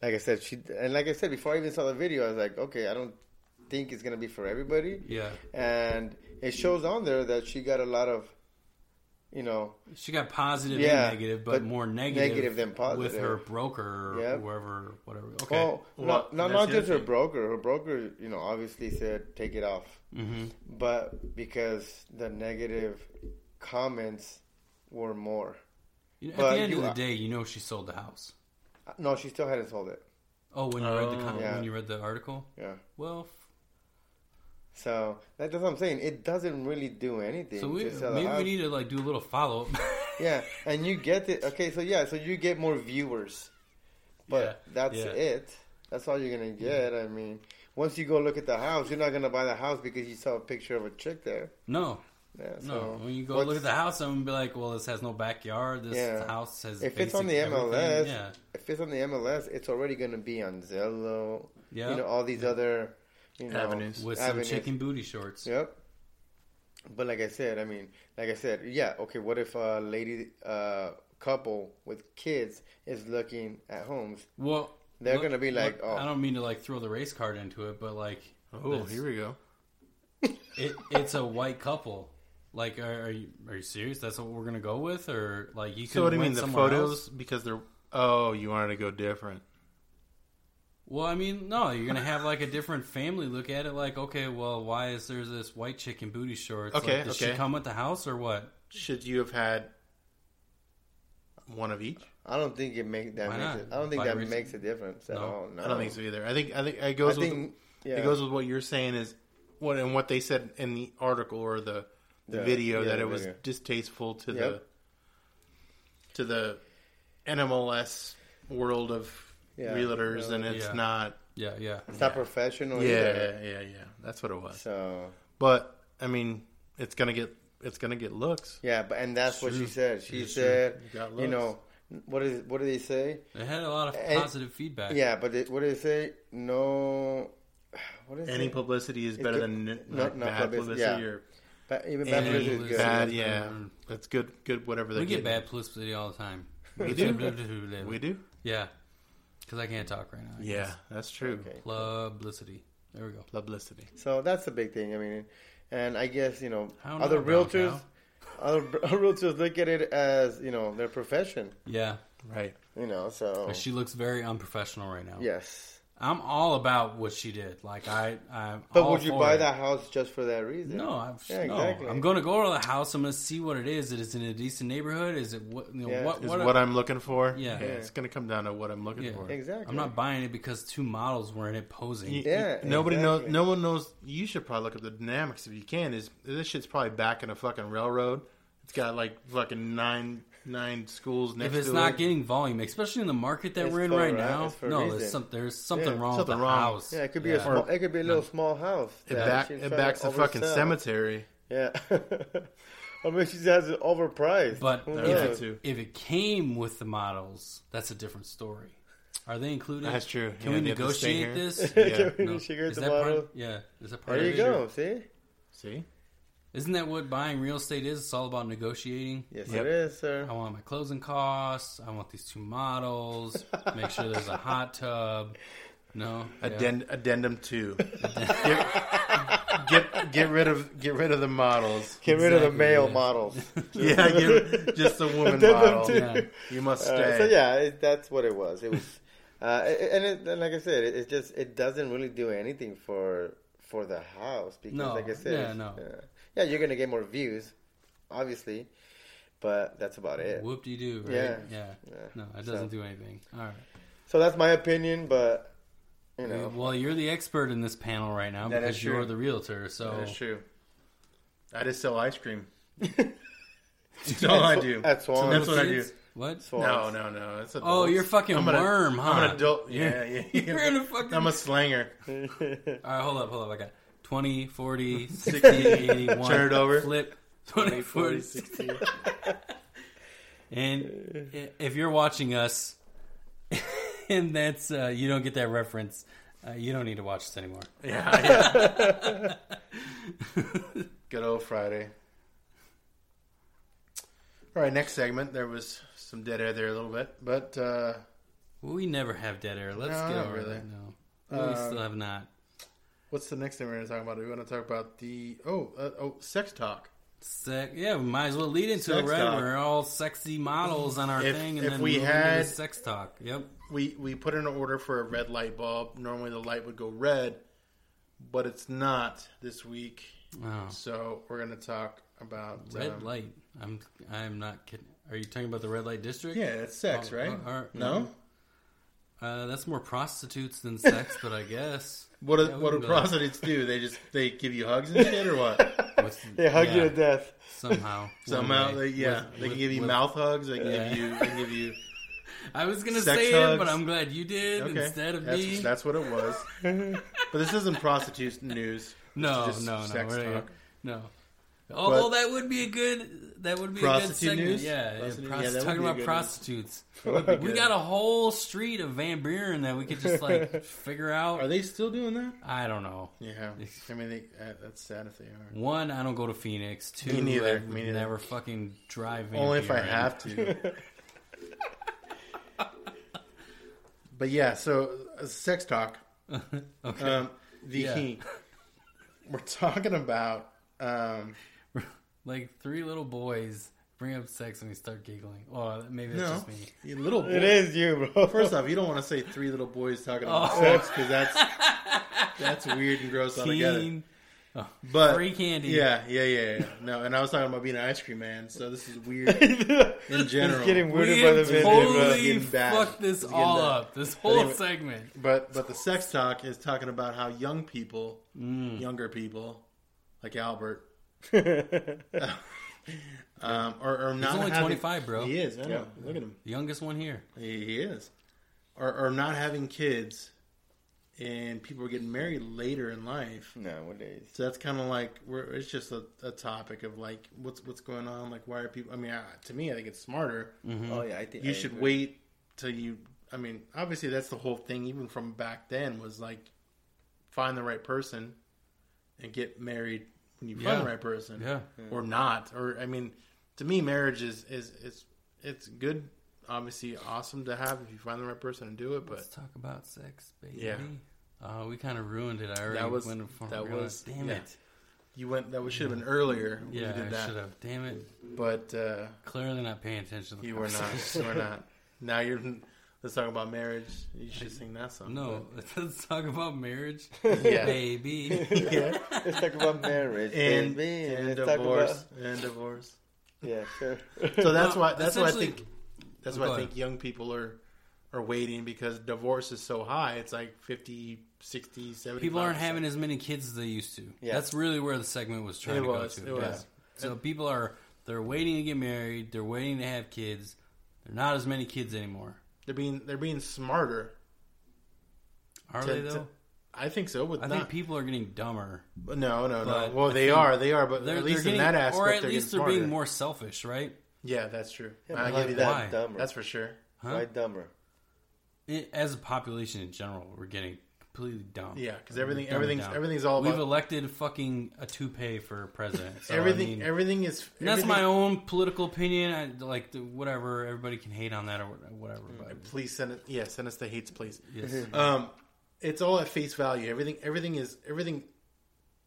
B: like I said, she and like I said before, I even saw the video. I was like, okay, I don't think it's gonna be for everybody.
C: yeah.
B: and it shows on there that she got a lot of, you know,
C: She got positive
B: Yeah,
C: and negative, but,
B: but
C: more negative,
B: negative than
C: with her
B: positive.
C: broker or
B: Yep.
C: whoever, whatever. Okay.
B: oh,
A: Well,
B: not, not,
A: that's
B: not
A: the
B: just her
A: thing.
B: broker. Her broker, you know, obviously said take it off,
C: mm-hmm.
B: but because the negative comments were more.
C: At
B: But
C: the end
B: you
C: of the
B: are-
C: day, you know she sold the house.
B: No, she still hadn't sold it.
C: Oh, when you read the
A: Oh.
C: com-
B: Yeah.
C: when you read the article,
B: Yeah.
C: well,
B: So that- that's what I'm saying. It doesn't really do anything.
C: so we
B: to sell a
C: maybe we
B: house.
C: need to like do a little follow up.
B: yeah, and you get it. Okay, so yeah, so you get more viewers, but
C: Yeah,
B: that's
C: yeah.
B: it. That's all you're gonna get. I mean, once you go look at the house, you're not gonna buy the house because you saw a picture of a chick there.
C: no,
B: Yeah,
C: no.
B: so
C: When you go
B: what's-
C: look at the house, I'm gonna be like, well, this has no backyard. This
B: Yeah.
C: house has
B: if it's on the
C: basic everything.
B: MLS,
C: yeah,
B: if it's on the MLS, it's already gonna be on Zillow.
C: yeah,
B: you know all these other you know,
A: Avenues.
C: with
B: avenues.
C: some chicken booty shorts.
B: Yep. But like I said, I mean, like I said, yeah, okay, what if a lady uh, couple with kids is looking at homes?
C: Well,
B: They're gonna be like, oh.
C: I don't mean to like throw the race card into it, but like,
A: Oh,
C: it's-
A: here we go.
C: it, it's a white couple. Like, are, are you are you serious? That's what we're gonna go with, or like you could
A: So what do you
C: went
A: mean the
C: somewhere
A: photos?
C: else?
A: Because they're oh, you wanted to go different.
C: Well, I mean, no, you're gonna have like a different family look at it. Like, okay, well, why is there this white chick in booty shorts?
A: Okay,
C: like, does she
A: okay.
C: come with the house or what?
A: Should you have had one of each?
B: I don't think it makes that.
C: Why
B: Makes
C: not?
B: it, I don't think
C: By
B: that
C: reason-
B: makes a difference at
C: No.
B: all. No,
A: I don't think so either. I think I think it goes
B: I
A: with
B: think yeah,
A: it goes with what you're saying is what and what they said in the article or the, the
B: Yeah,
A: video
B: yeah,
A: that
B: the
A: it was
B: video.
A: distasteful to the
B: Yep.
A: to the NMLS world of
B: Yeah,
A: realtors, and it's
C: yeah.
A: not.
C: Yeah, yeah.
B: it's not professional.
A: Yeah,
B: either.
A: yeah, yeah, yeah. That's what it was.
B: So
A: But I mean, it's gonna get it's gonna get looks.
B: yeah, but and that's what she
A: True.
B: said. She
A: Yeah, sure.
B: said,
A: You got
B: you, know, what is what do they say?
C: It had a lot of
B: And-
C: positive feedback.
B: Yeah, but they, what do they say? No, what is
A: Any
B: it?
A: publicity is
B: It's
A: better
B: good-
A: than n-
B: no-
A: like
B: no
A: bad
B: publici-
A: publicity
B: yeah.
A: or
B: Ba- even
C: Any
B: bad publicity is
C: publicity.
B: good.
A: bad.
C: Yeah.
A: Yeah, that's good. Good, whatever they
C: we get
A: getting.
C: bad publicity all the time.
A: We do. We do.
C: Yeah, because I can't talk right now.
A: Yeah, that's true.
B: Okay.
C: publicity. There we go.
A: Publicity.
B: So that's the big thing. I mean, and I guess you know
C: I don't know
B: other
C: about
B: realtors, other realtors look at it as you know their profession.
C: Yeah,
A: Right.
B: You know, so
C: she looks very unprofessional right now.
B: yes.
C: I'm all about what she did. Like I, I'm.
B: But
C: all
B: would you
C: for
B: buy
C: it.
B: that house just for that reason?
C: No, I'm,
B: Yeah,
C: no.
B: exactly.
C: I'm going to go to the house. I'm going to see what it is. Is it in a decent neighborhood? Is it what? You know,
B: Yeah.
C: what?
A: Is
C: What?
A: what, I'm looking for.
C: Yeah.
A: it's gonna come down to what I'm looking
C: Yeah.
A: for.
B: exactly.
C: I'm not buying it because two models were in it posing.
A: You-
B: Yeah,
A: you- nobody knows.
B: exactly.
A: No one knows. You should probably look at the dynamics if you can. Is this shit's probably back in a fucking railroad? It's got like fucking nine nine schools next
C: if it's
A: to
C: not
A: it.
C: getting volume, especially in the market that
B: It's
C: we're in
B: for
C: right
B: a-
C: now,
B: it's for a
C: no,
B: reason.
C: there's, some, there's something
B: Yeah,
C: wrong
A: something
C: with the
A: wrong.
C: house.
B: Yeah, it could be a
C: Yeah.
B: small, it could be a little small house.
A: it
B: that
A: back
B: she's
A: it
B: trying
A: backs
B: to
A: the fucking
B: oversell.
A: cemetery.
B: Yeah. I mean, she has it overpriced.
C: But
B: Who
A: Yeah,
B: knows?
C: if
A: too.
C: it, if it came with the models, that's a different story. Are they included?
A: That's true.
C: Can
A: Yeah,
C: we
A: they have to stay
C: negotiate
A: here.
C: this?
A: Yeah.
B: Can we figure out
C: Is
B: the
C: that part-
B: model?
C: yeah, is that part
B: There
C: of
B: you
C: it?
B: go. See,
A: See,
C: Isn't that what buying real estate is? It's all about negotiating.
B: yes,
A: Yep.
B: it is, sir.
C: I want my closing costs. I want these two models. Make sure there's a hot tub. No, yeah.
A: Addend- addendum two. get, get get rid of get rid of the models.
B: Get rid of the
C: Exactly,
B: male
C: yeah.
B: models.
A: Yeah, get, just a woman
B: Addendum
A: model.
B: two.
C: Yeah.
A: You must
B: Uh,
A: stay.
B: so yeah, it, that's what it was. It was, uh, and, it, and like I said, it, it just it doesn't really do anything for for the house because,
C: No.
B: like I said,
C: Yeah, no.
B: yeah. Yeah, you're gonna get more views, obviously, but that's about it.
C: Whoop de doo, right?
B: Yeah.
C: yeah.
B: Yeah.
C: No, it
B: So-
C: doesn't do anything. All right.
B: So that's my opinion, but you know,
C: Well, you're the expert in this panel right now
A: That is
C: because you're
A: true.
C: the realtor. So
A: That is true. I just sell ice cream. That's all I do.
B: At Swan's.
A: So that's what I do.
C: Kids? What?
A: No, no, no. It's
C: Oh,
A: adults.
C: you're fucking
A: I'm an-
C: worm, huh?
A: I'm an adult. Yeah, yeah. yeah.
C: You're in a fucking.
A: I'm a slanger.
C: All right, hold up, hold up. I got 20, 40, 60, 81.
A: Turn it over.
C: Flip. 20, 40,
A: 60.
C: 60. And
A: Uh.
C: i- if you're watching us, and that's uh, you don't get that reference, uh, you don't need to watch this anymore.
A: Yeah, yeah. Good old Friday. All right, next segment. There was some dead air there a little bit, but uh,
C: We never have dead air. Let's
A: No,
C: get
A: not
C: over
A: really.
C: that. No, we
A: Uh,
C: still have not.
A: what's the next thing we're going to talk about? We want to talk about the oh uh, oh sex talk.
C: Sex, yeah, we might as well lead into it,
A: Sex
C: right?
A: talk.
C: We're all sexy models on our
A: If-
C: thing, and
A: if
C: then
A: we
C: move into
A: had-
C: the sex talk. Yep.
A: We we put in an order for a red light bulb. Normally the light would go red, but it's not this week.
C: Oh,
A: So we're going to talk about
C: red
A: um,
C: light. I'm I'm not kidding. Are you talking about the red light district?
A: Yeah, it's sex,
C: Oh,
A: right?
C: oh, all right.
A: No.
C: Uh, that's more prostitutes than sex, but I guess.
A: What do,
C: Yeah, we
A: what do
C: can go there.
A: prostitutes do? They just they give you hugs and shit, or what?
C: What's-
B: they hug you
C: yeah,
B: to death.
C: somehow.
A: Somehow,
C: One
A: they,
C: way.
A: yeah,
C: With-
A: they can
C: with-
A: give you
C: with-
A: mouth hugs. They can
C: Yeah.
A: give you, they can give you.
C: I was gonna
A: sex
C: say it, but
A: hugs.
C: I'm glad you did
A: Okay,
C: instead of
A: that's,
C: me.
A: that's what it was. but this isn't prostitute news.
C: no,
A: It's just
C: no, no,
A: sex
C: we're not-
A: talk.
C: no. Although that would be a good, that would be a good
A: Prostitute
C: segment.
A: news?
C: Yeah,
A: Prostitute-
C: yeah,
A: yeah, that would
C: prost-
A: be a
C: talking about
A: good one.
C: prostitutes.
A: That would be
C: We
A: good.
C: got a whole street of Van Buren that we could just like figure
A: Are
C: out.
A: they still doing that?
C: I don't know.
A: Yeah. I mean, they, uh, that's sad if they are.
C: One, I don't go to Phoenix. Two,
A: Me neither.
C: I
A: Me neither.
C: never fucking drive. Van
A: Only if I
C: Buren.
A: have to. but yeah, so uh, sex talk.
C: okay.
A: Um, the
C: Yeah.
A: we're talking about. Um,
C: like three little boys bring up sex and they start giggling. Oh, maybe that's
A: no,
C: just me.
A: you little boy.
B: It is you, bro.
A: First off, you don't want to say three little boys talking about
C: Oh.
A: sex because that's that's weird and gross altogether.
C: Teen,
A: But
C: free candy.
A: yeah, yeah, yeah, yeah. No, and I was talking about being an ice cream man, so this is weird in general.
B: It's getting
C: We
B: weirder by
C: have
B: the minute, bro.
C: totally
A: Getting bad.
C: fucked
A: It's
C: this
A: getting
C: all
A: bad.
C: up. This whole
A: Anyway.
C: segment.
A: But but the sex talk is talking about how young people, younger people, like Albert, um, are, are not
C: only
A: having-
C: 25, bro.
A: He is. I know.
B: Yeah.
A: Look at him.
C: The youngest one here.
A: He, he is. Are, are not having kids, and people are getting married later in life.
B: Nowadays,
A: So that's kind of like we're, it's just a, a topic of like what's what's going on. Like why are people? I mean, I, to me, I think it's smarter.
B: oh yeah, I think
A: You should wait till you. I mean, obviously, that's the whole thing. Even from back then, was like find the right person and get married when you
C: Yeah.
A: find the right person,
C: Yeah.
A: or not. Or I mean, to me, marriage is is is it's good. Obviously, awesome to have if you find the right person and do it. But
C: Let's talk about sex, baby.
A: Yeah.
C: Uh, we kind of ruined it. I already
A: That was-
C: went for
A: that
C: real.
A: was-
C: damn
A: yeah.
C: it.
A: you went that should have been earlier. when
C: Mm-hmm. Yeah,
A: you did
C: I
A: that.
C: should have. Damn it.
A: But. uh
C: Clearly not paying attention. to the
A: You were not.
C: conversation.
A: You were not. Now you're. Let's talk about marriage. You should sing that song.
C: No, let's talk about marriage,
A: Yeah.
C: baby.
A: yeah.
B: Let's talk about marriage,
A: And,
B: baby.
A: and
B: Let's talk
A: divorce. And divorce.
B: about- yeah, sure.
A: So that's
C: Well,
A: why. That's why I
C: essentially-
A: think. That's
C: Oh,
A: why
C: go
A: I
C: ahead.
A: think young people are are waiting because divorce is so high. It's like 50, 60, 70.
C: People aren't having as many kids as they used to.
B: Yeah.
C: That's really where the segment was trying
A: It
C: to
A: was,
C: go
A: it
C: to.
A: was.
C: yeah. So people are they're waiting to get married, they're waiting to have kids. They're not as many kids anymore.
A: They're being. They're being smarter.
C: Are
A: to-
C: they
A: to-
C: though?
A: I think so. With
C: I
A: not,
C: think people are getting dumber.
A: no, no, no.
C: but
A: Well,
C: I
A: they
C: think
A: are. They are. But
C: They're,
A: at least
C: they're
A: in
C: getting,
A: that aspect,
C: or at
A: they're
C: least
A: getting
C: they're being
A: smarter.
C: more selfish, right?
A: Yeah, that's true.
B: Yeah,
A: I
B: but
A: give you
B: why
A: that.
B: Dumber.
A: That's for sure.
C: Huh?
B: Why dumber?
C: It, as a population in general, we're getting completely dumb.
A: Yeah, because
C: We're
A: everything,
C: dumbing
A: everything's,
C: down.
A: everything's all
C: We've
A: about
C: elected fucking a toupee for president. So, I
A: everything.
C: mean,
A: everything is.
C: And that's
A: everything-
C: my own political opinion. I, like the- whatever, everybody can hate on that or whatever. But
A: Please send it. Yeah, send us the hates, please.
C: yes.
A: Um, it's all at face value. Everything, everything is everything.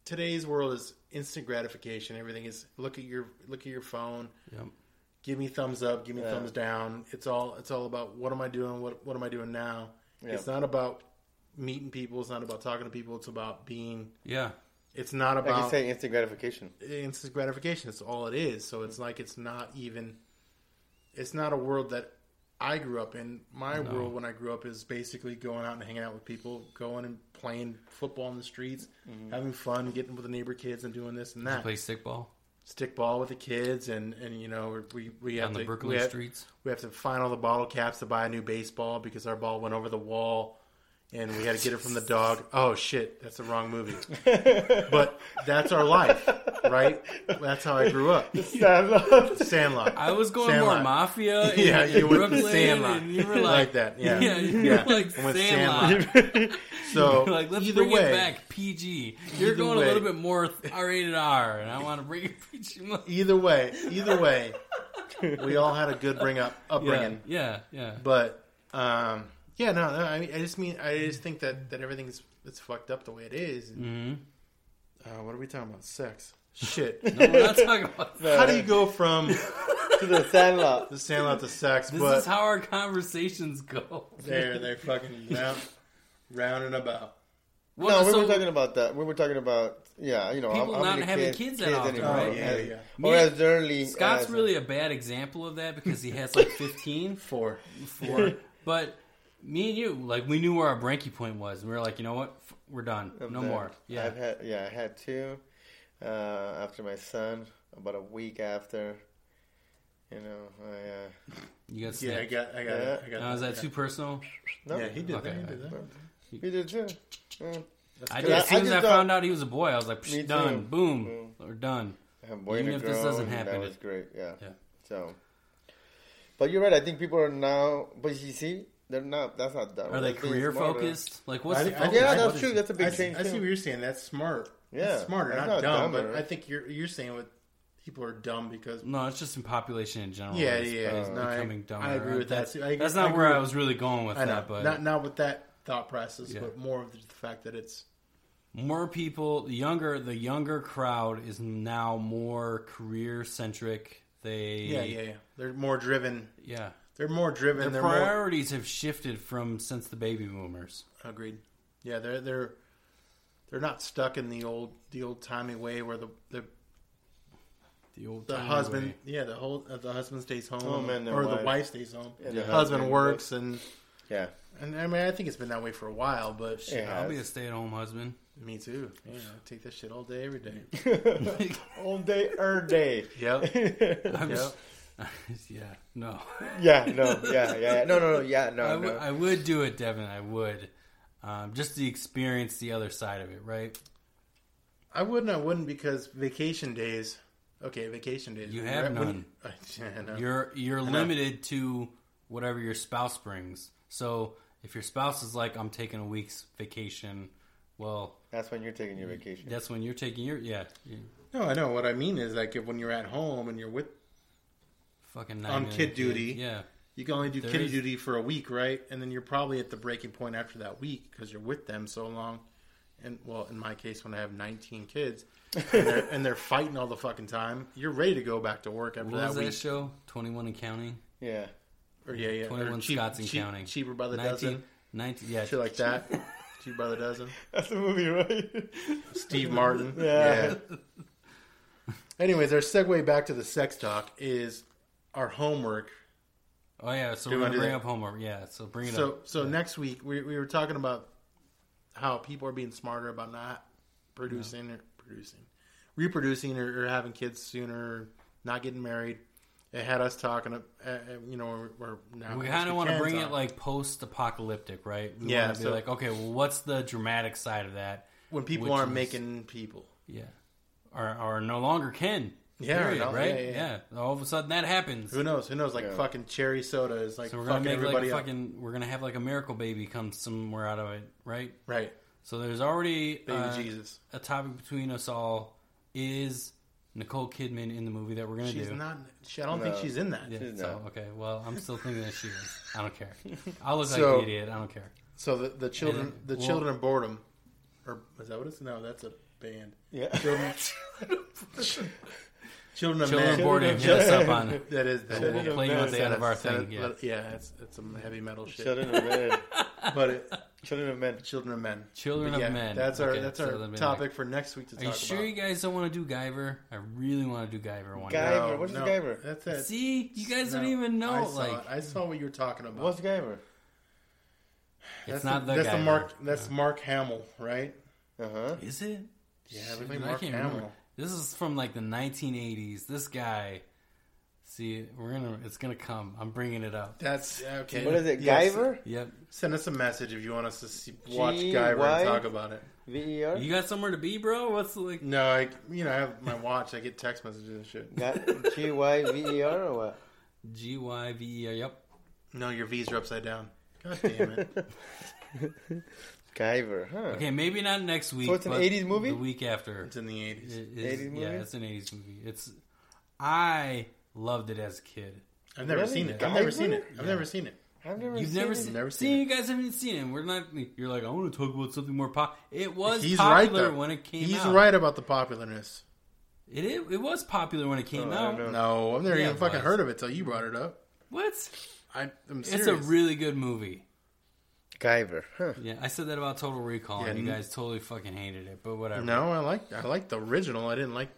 A: Today's world is instant gratification. Everything is look at your look at your phone.
C: yep.
A: Give me thumbs up. Give me
B: Yeah.
A: thumbs down. It's all it's all about what am I doing? What what am I doing now?
B: Yeah.
A: It's not about meeting people. It's not about talking to people. It's about being.
C: Yeah.
A: It's not
B: Like
A: about
B: you say, instant gratification.
A: instant gratification. It's all it is. So it's like it's not even. It's not a world that I grew up in. My
C: No.
A: world when I grew up is basically going out and hanging out with people, going and playing football in the streets,
C: Mm-hmm.
A: having fun, getting with the neighbor kids, and doing this and
C: Did you
A: that.
C: play stickball
A: Stick ball with the kids, and and you know we we have
C: on the
A: to
C: Brooklyn
A: we have-
C: streets.
A: we have to find all the bottle caps to buy a new baseball because our ball went over the wall and we had to get it from the dog. Oh shit, that's the wrong movie. But that's our life, right? That's how I grew up.
B: Sandlot.
A: Sandlot.
C: I was going
A: Sandlot.
C: more mafia.
A: Yeah,
C: in,
A: you
C: in
A: went to
C: Brooklyn,
A: Sandlot.
C: and you were
A: Like
C: like,
A: that, yeah.
C: you
A: Yeah.
C: were like
A: I went
C: Sandlot.
A: Sandlot. So
C: You're like, let's
A: either
C: bring
A: way,
C: it back PG. You're
A: Either
C: going
A: way.
C: a little bit more R-rated R, and I want to bring it PG. more.
A: either way, either way, we all had a good bring up upbringing.
C: Yeah, yeah, yeah.
A: But um, yeah, no, no, I mean, I just mean, I just think that that everything's it's fucked up the way it is.
C: Mhm.
A: Uh, what are we talking about? Sex. Shit.
C: No, we're not talking about that.
A: How do you go from
B: to the Sandlot?
A: the Sandlot to sex?
C: This
A: but
C: is how our conversations go.
A: there, they fucking round, round and about.
B: no,
C: Well,
B: we
C: so-
B: were talking about that. We were talking about yeah, you know,
C: People
B: how, how
C: not
B: many
C: having
B: kids,
C: kids that often,
B: anymore,
A: right? Yeah,
B: and-
A: yeah.
B: Or
C: Me-
B: as early.
C: Scott's
B: as,
C: really a bad example of that because he has like 15.
A: Four.
C: Four. but me and you, like, we knew where our breaking point was. And we were like, you know what? F- We're done.
B: of
C: no
B: the-
C: more. Yeah.
B: I've had yeah, I had two uh, after my son. About a week after, you know, I uh,
C: you got
A: Yeah, I
C: snapped.
A: got, I got, it. I got.
C: Now, Oh, is that
A: yeah.
C: too personal?
B: no,
A: Yeah, he did
C: Okay,
A: that. He did
C: okay.
A: that.
B: he did too. Mm.
C: I
B: good.
C: did.
B: I- I
C: As soon as
B: just
C: I
B: don't-
C: found out he was a boy, I was like,
B: Me
C: Psh, done.
B: too.
C: Boom.
A: Mm-hmm.
C: We're done.
B: A boy
C: Even
B: and a
C: if this
B: girl,
C: doesn't
B: and
C: happen,
B: that was
C: it-
B: great. Yeah.
C: Yeah.
B: So, but you're right. I think people are now, but you see, they're not. That's not done.
C: Are they career focused? Like, what's
A: I-
C: the
A: I-
C: focus?
B: Yeah,
A: I-
B: that's true. That's a big
A: I, see-
B: change.
A: I see
B: too.
A: what you're saying. That's smart.
B: Yeah,
A: That's smarter,
B: that's
A: not,
B: not
A: dumb.
B: dumber.
A: But I think you're you're saying what people are dumb because.
C: No, it's just in population in general.
A: Yeah,
C: It's-
A: yeah,
C: it's
A: no, I-
C: becoming dumber.
A: I agree with that,
C: That's,
A: too. I-
C: that's
A: I
C: not
A: agree
C: where I
A: with-
C: was really going with
A: I know,
C: that, but
A: not not with that thought process,
C: Yeah.
A: but more of the fact that it's
C: more people the younger the younger crowd is now more career centric they
A: yeah, yeah, yeah. They're more driven.
C: yeah.
A: They're more driven. they're
C: their
A: more
C: priorities have shifted from since the baby boomers
A: agreed. Yeah, they're they're they're not stuck in the old the old timey way where the the,
C: the old
A: the
C: timey
A: husband
C: way.
A: yeah the whole uh, the husband stays home
B: Oh, man, their
A: or the
B: wife-
A: wife stays home.
B: Yeah,
A: the
B: their
A: husband,
B: husband
A: works and
B: Yeah.
A: and I mean I think it's been that way for a while, but
B: Yeah.
C: I'll be a stay at home husband
A: me too. Yeah, I take that shit all day every day.
B: All day, er day.
A: Yep. Yep.
C: I'm just- yeah no
B: yeah, no, yeah, yeah, yeah, no, no, no, yeah, no,
C: I
B: no.
C: would- I would do it Devin I would um, just to experience the other side of it right
A: I wouldn't. I wouldn't because vacation days. Okay, vacation days.
C: You have
A: when-
C: none.
A: I know.
C: You're you're
A: know.
C: limited to whatever your spouse brings. So if your spouse is like, "I'm taking a week's vacation," well,
B: That's when you're taking your vacation.
C: that's when you're taking your yeah, you
A: No, I know. What I mean is like if when you're at home and you're with,
C: fucking nine
A: On
C: million
A: kid duty.
C: kids. Yeah,
A: you can only do
C: There
A: kitty
C: is-
A: duty for a week, right? And then you're probably at the breaking point after that week because you're with them so long. And well, in my case, when I have 19 kids and they're, and they're fighting all the fucking time, you're ready to go back to work after
C: what was
A: that
C: that
A: week.
C: show? Twenty one and counting.
B: Yeah,
A: or yeah, yeah, or
C: 21 Scots and counting.
A: cheaper by the
C: 19,
A: dozen,
C: 19 yeah,
A: shit like that. cheaper by the dozen.
B: that's the movie, right?
A: Steve Martin.
B: Yeah.
A: Anyways, our segue back to the sex talk is our homework.
C: Oh yeah, so
A: Do you
C: we're
A: wanna
C: gonna
A: do
C: bring
A: that?
C: up homework. Yeah, so bring it
A: So
C: up.
A: so next week we we were talking about how people are being smarter about not producing or producing, reproducing or, or having kids sooner, not getting married. It had us talking, uh, uh, you know, we're, we're now
C: We
A: as
C: kind of want to
A: can
C: bring it
A: talk.
C: like post apocalyptic, right? We
A: Yeah,
C: want to be
A: so-
C: like, okay, well, what's the dramatic side of that?
A: when people
C: which
A: aren't
C: is-
A: making people.
C: Yeah, or or no longer can.
A: Yeah,
C: period,
A: no-
C: right.
A: yeah, yeah.
C: all of a sudden that happens.
A: Who knows? Who knows? Like
B: Yeah.
A: fucking cherry soda is like
C: So we're gonna
A: fucking
C: make like
A: everybody
C: a
A: up.
C: fucking. We're gonna have like a miracle baby come somewhere out of it, right?
A: right,
C: So there's already
A: baby
C: uh,
A: Jesus.
C: a topic between us all. Is Nicole Kidman in the movie that we're gonna
A: She's
C: do?
A: not. She, I don't think
B: No.
A: she's in that.
C: yeah,
B: she's
C: so,
B: not.
C: okay. Well, I'm still thinking that she is. I don't care. I look
A: So-
C: like an idiot. I don't care.
A: So the, the children,
C: And-
A: the
C: well-
A: children of boredom, or is that what it's? No, that's a band.
B: Yeah,
A: Children, children of
C: Children
A: men.
C: of boredom.
B: of
C: Hit us
B: men.
C: up on.
A: That is that
C: We'll,
A: is-
C: we'll play you at the end of our
A: that
C: thing.
A: is-
C: Yeah.
A: yeah, it's, it's some heavy metal shit.
B: shut in the bed.
A: But it,
B: Children of Men.
A: Children of Men.
C: Children of
A: Yeah,
C: Men.
A: That's our
C: Okay,
A: that's
C: so
A: our
C: that'd be
A: topic for next week to
C: Like,
A: talk
C: are you sure
A: about.
C: you guys don't want to do Guyver? I really want to do Guyver one
B: Guy-
C: day.
B: Guyver, what's Guyver?
A: That's it.
C: See, you guys
A: No,
C: don't even know.
A: I saw
C: like,
A: it. I saw what you were talking about.
B: What's Guyver?
C: it's
A: that's
C: not the,
A: that's
C: Guyver.
A: the Mark that's Mark Hamill, right?
B: Uh huh.
C: Is it?
A: Yeah,
C: Shit,
A: everything
C: dude,
A: Mark Hamill.
C: remember. This is from like the 1980s. This guy. See, we're gonna. It's gonna come. I'm bringing it up.
A: That's okay.
B: What is it?
A: Yes.
B: Guyver?
C: Yep.
A: Send us a message if you want us to see, watch
B: Gee,
A: Guyver
B: why?
A: and talk about it.
B: V E R?
C: You got somewhere to be, bro? What's the, like?
A: No, I you know I have my watch. I get text messages and shit.
B: Gu- G Y V E R or what?
C: G Y V E R. Yep.
A: No, your V's are upside down. God damn it!
B: Guyver, huh?
C: Okay, maybe not next week.
B: it's an
C: but
B: 80s movie?
C: The week after.
A: It's in the eighties.
C: It is-
B: 80s
C: Yeah,
B: movie?
C: it's an 80s movie. It's. I loved it as a kid.
A: I've never
B: Really?
A: seen it. I've never seen it. I've
C: Yeah.
A: never seen it.
B: I've never
C: You've
B: seen
C: never
B: it.
C: seen,
A: Never
C: see,
A: seen it.
C: you guys haven't seen it. We're not. You're like, I want to talk about something more pop. It was
A: He's right
C: popular
A: though.
C: when it came
A: He's
C: out.
A: right about the popularness.
C: It, it it was popular when it came
B: Oh, I
C: out.
B: don't know.
A: No, I've never
C: Yeah,
A: even
C: it
A: fucking
C: was.
A: heard of it till you brought it up.
C: What?
A: I, I'm serious.
C: It's a really good movie.
B: Guyver, huh?
C: Yeah, I said that about Total Recall, and
A: Yeah,
C: you
A: n-
C: guys totally fucking hated it. But whatever.
A: no. I like I like the original. I didn't like.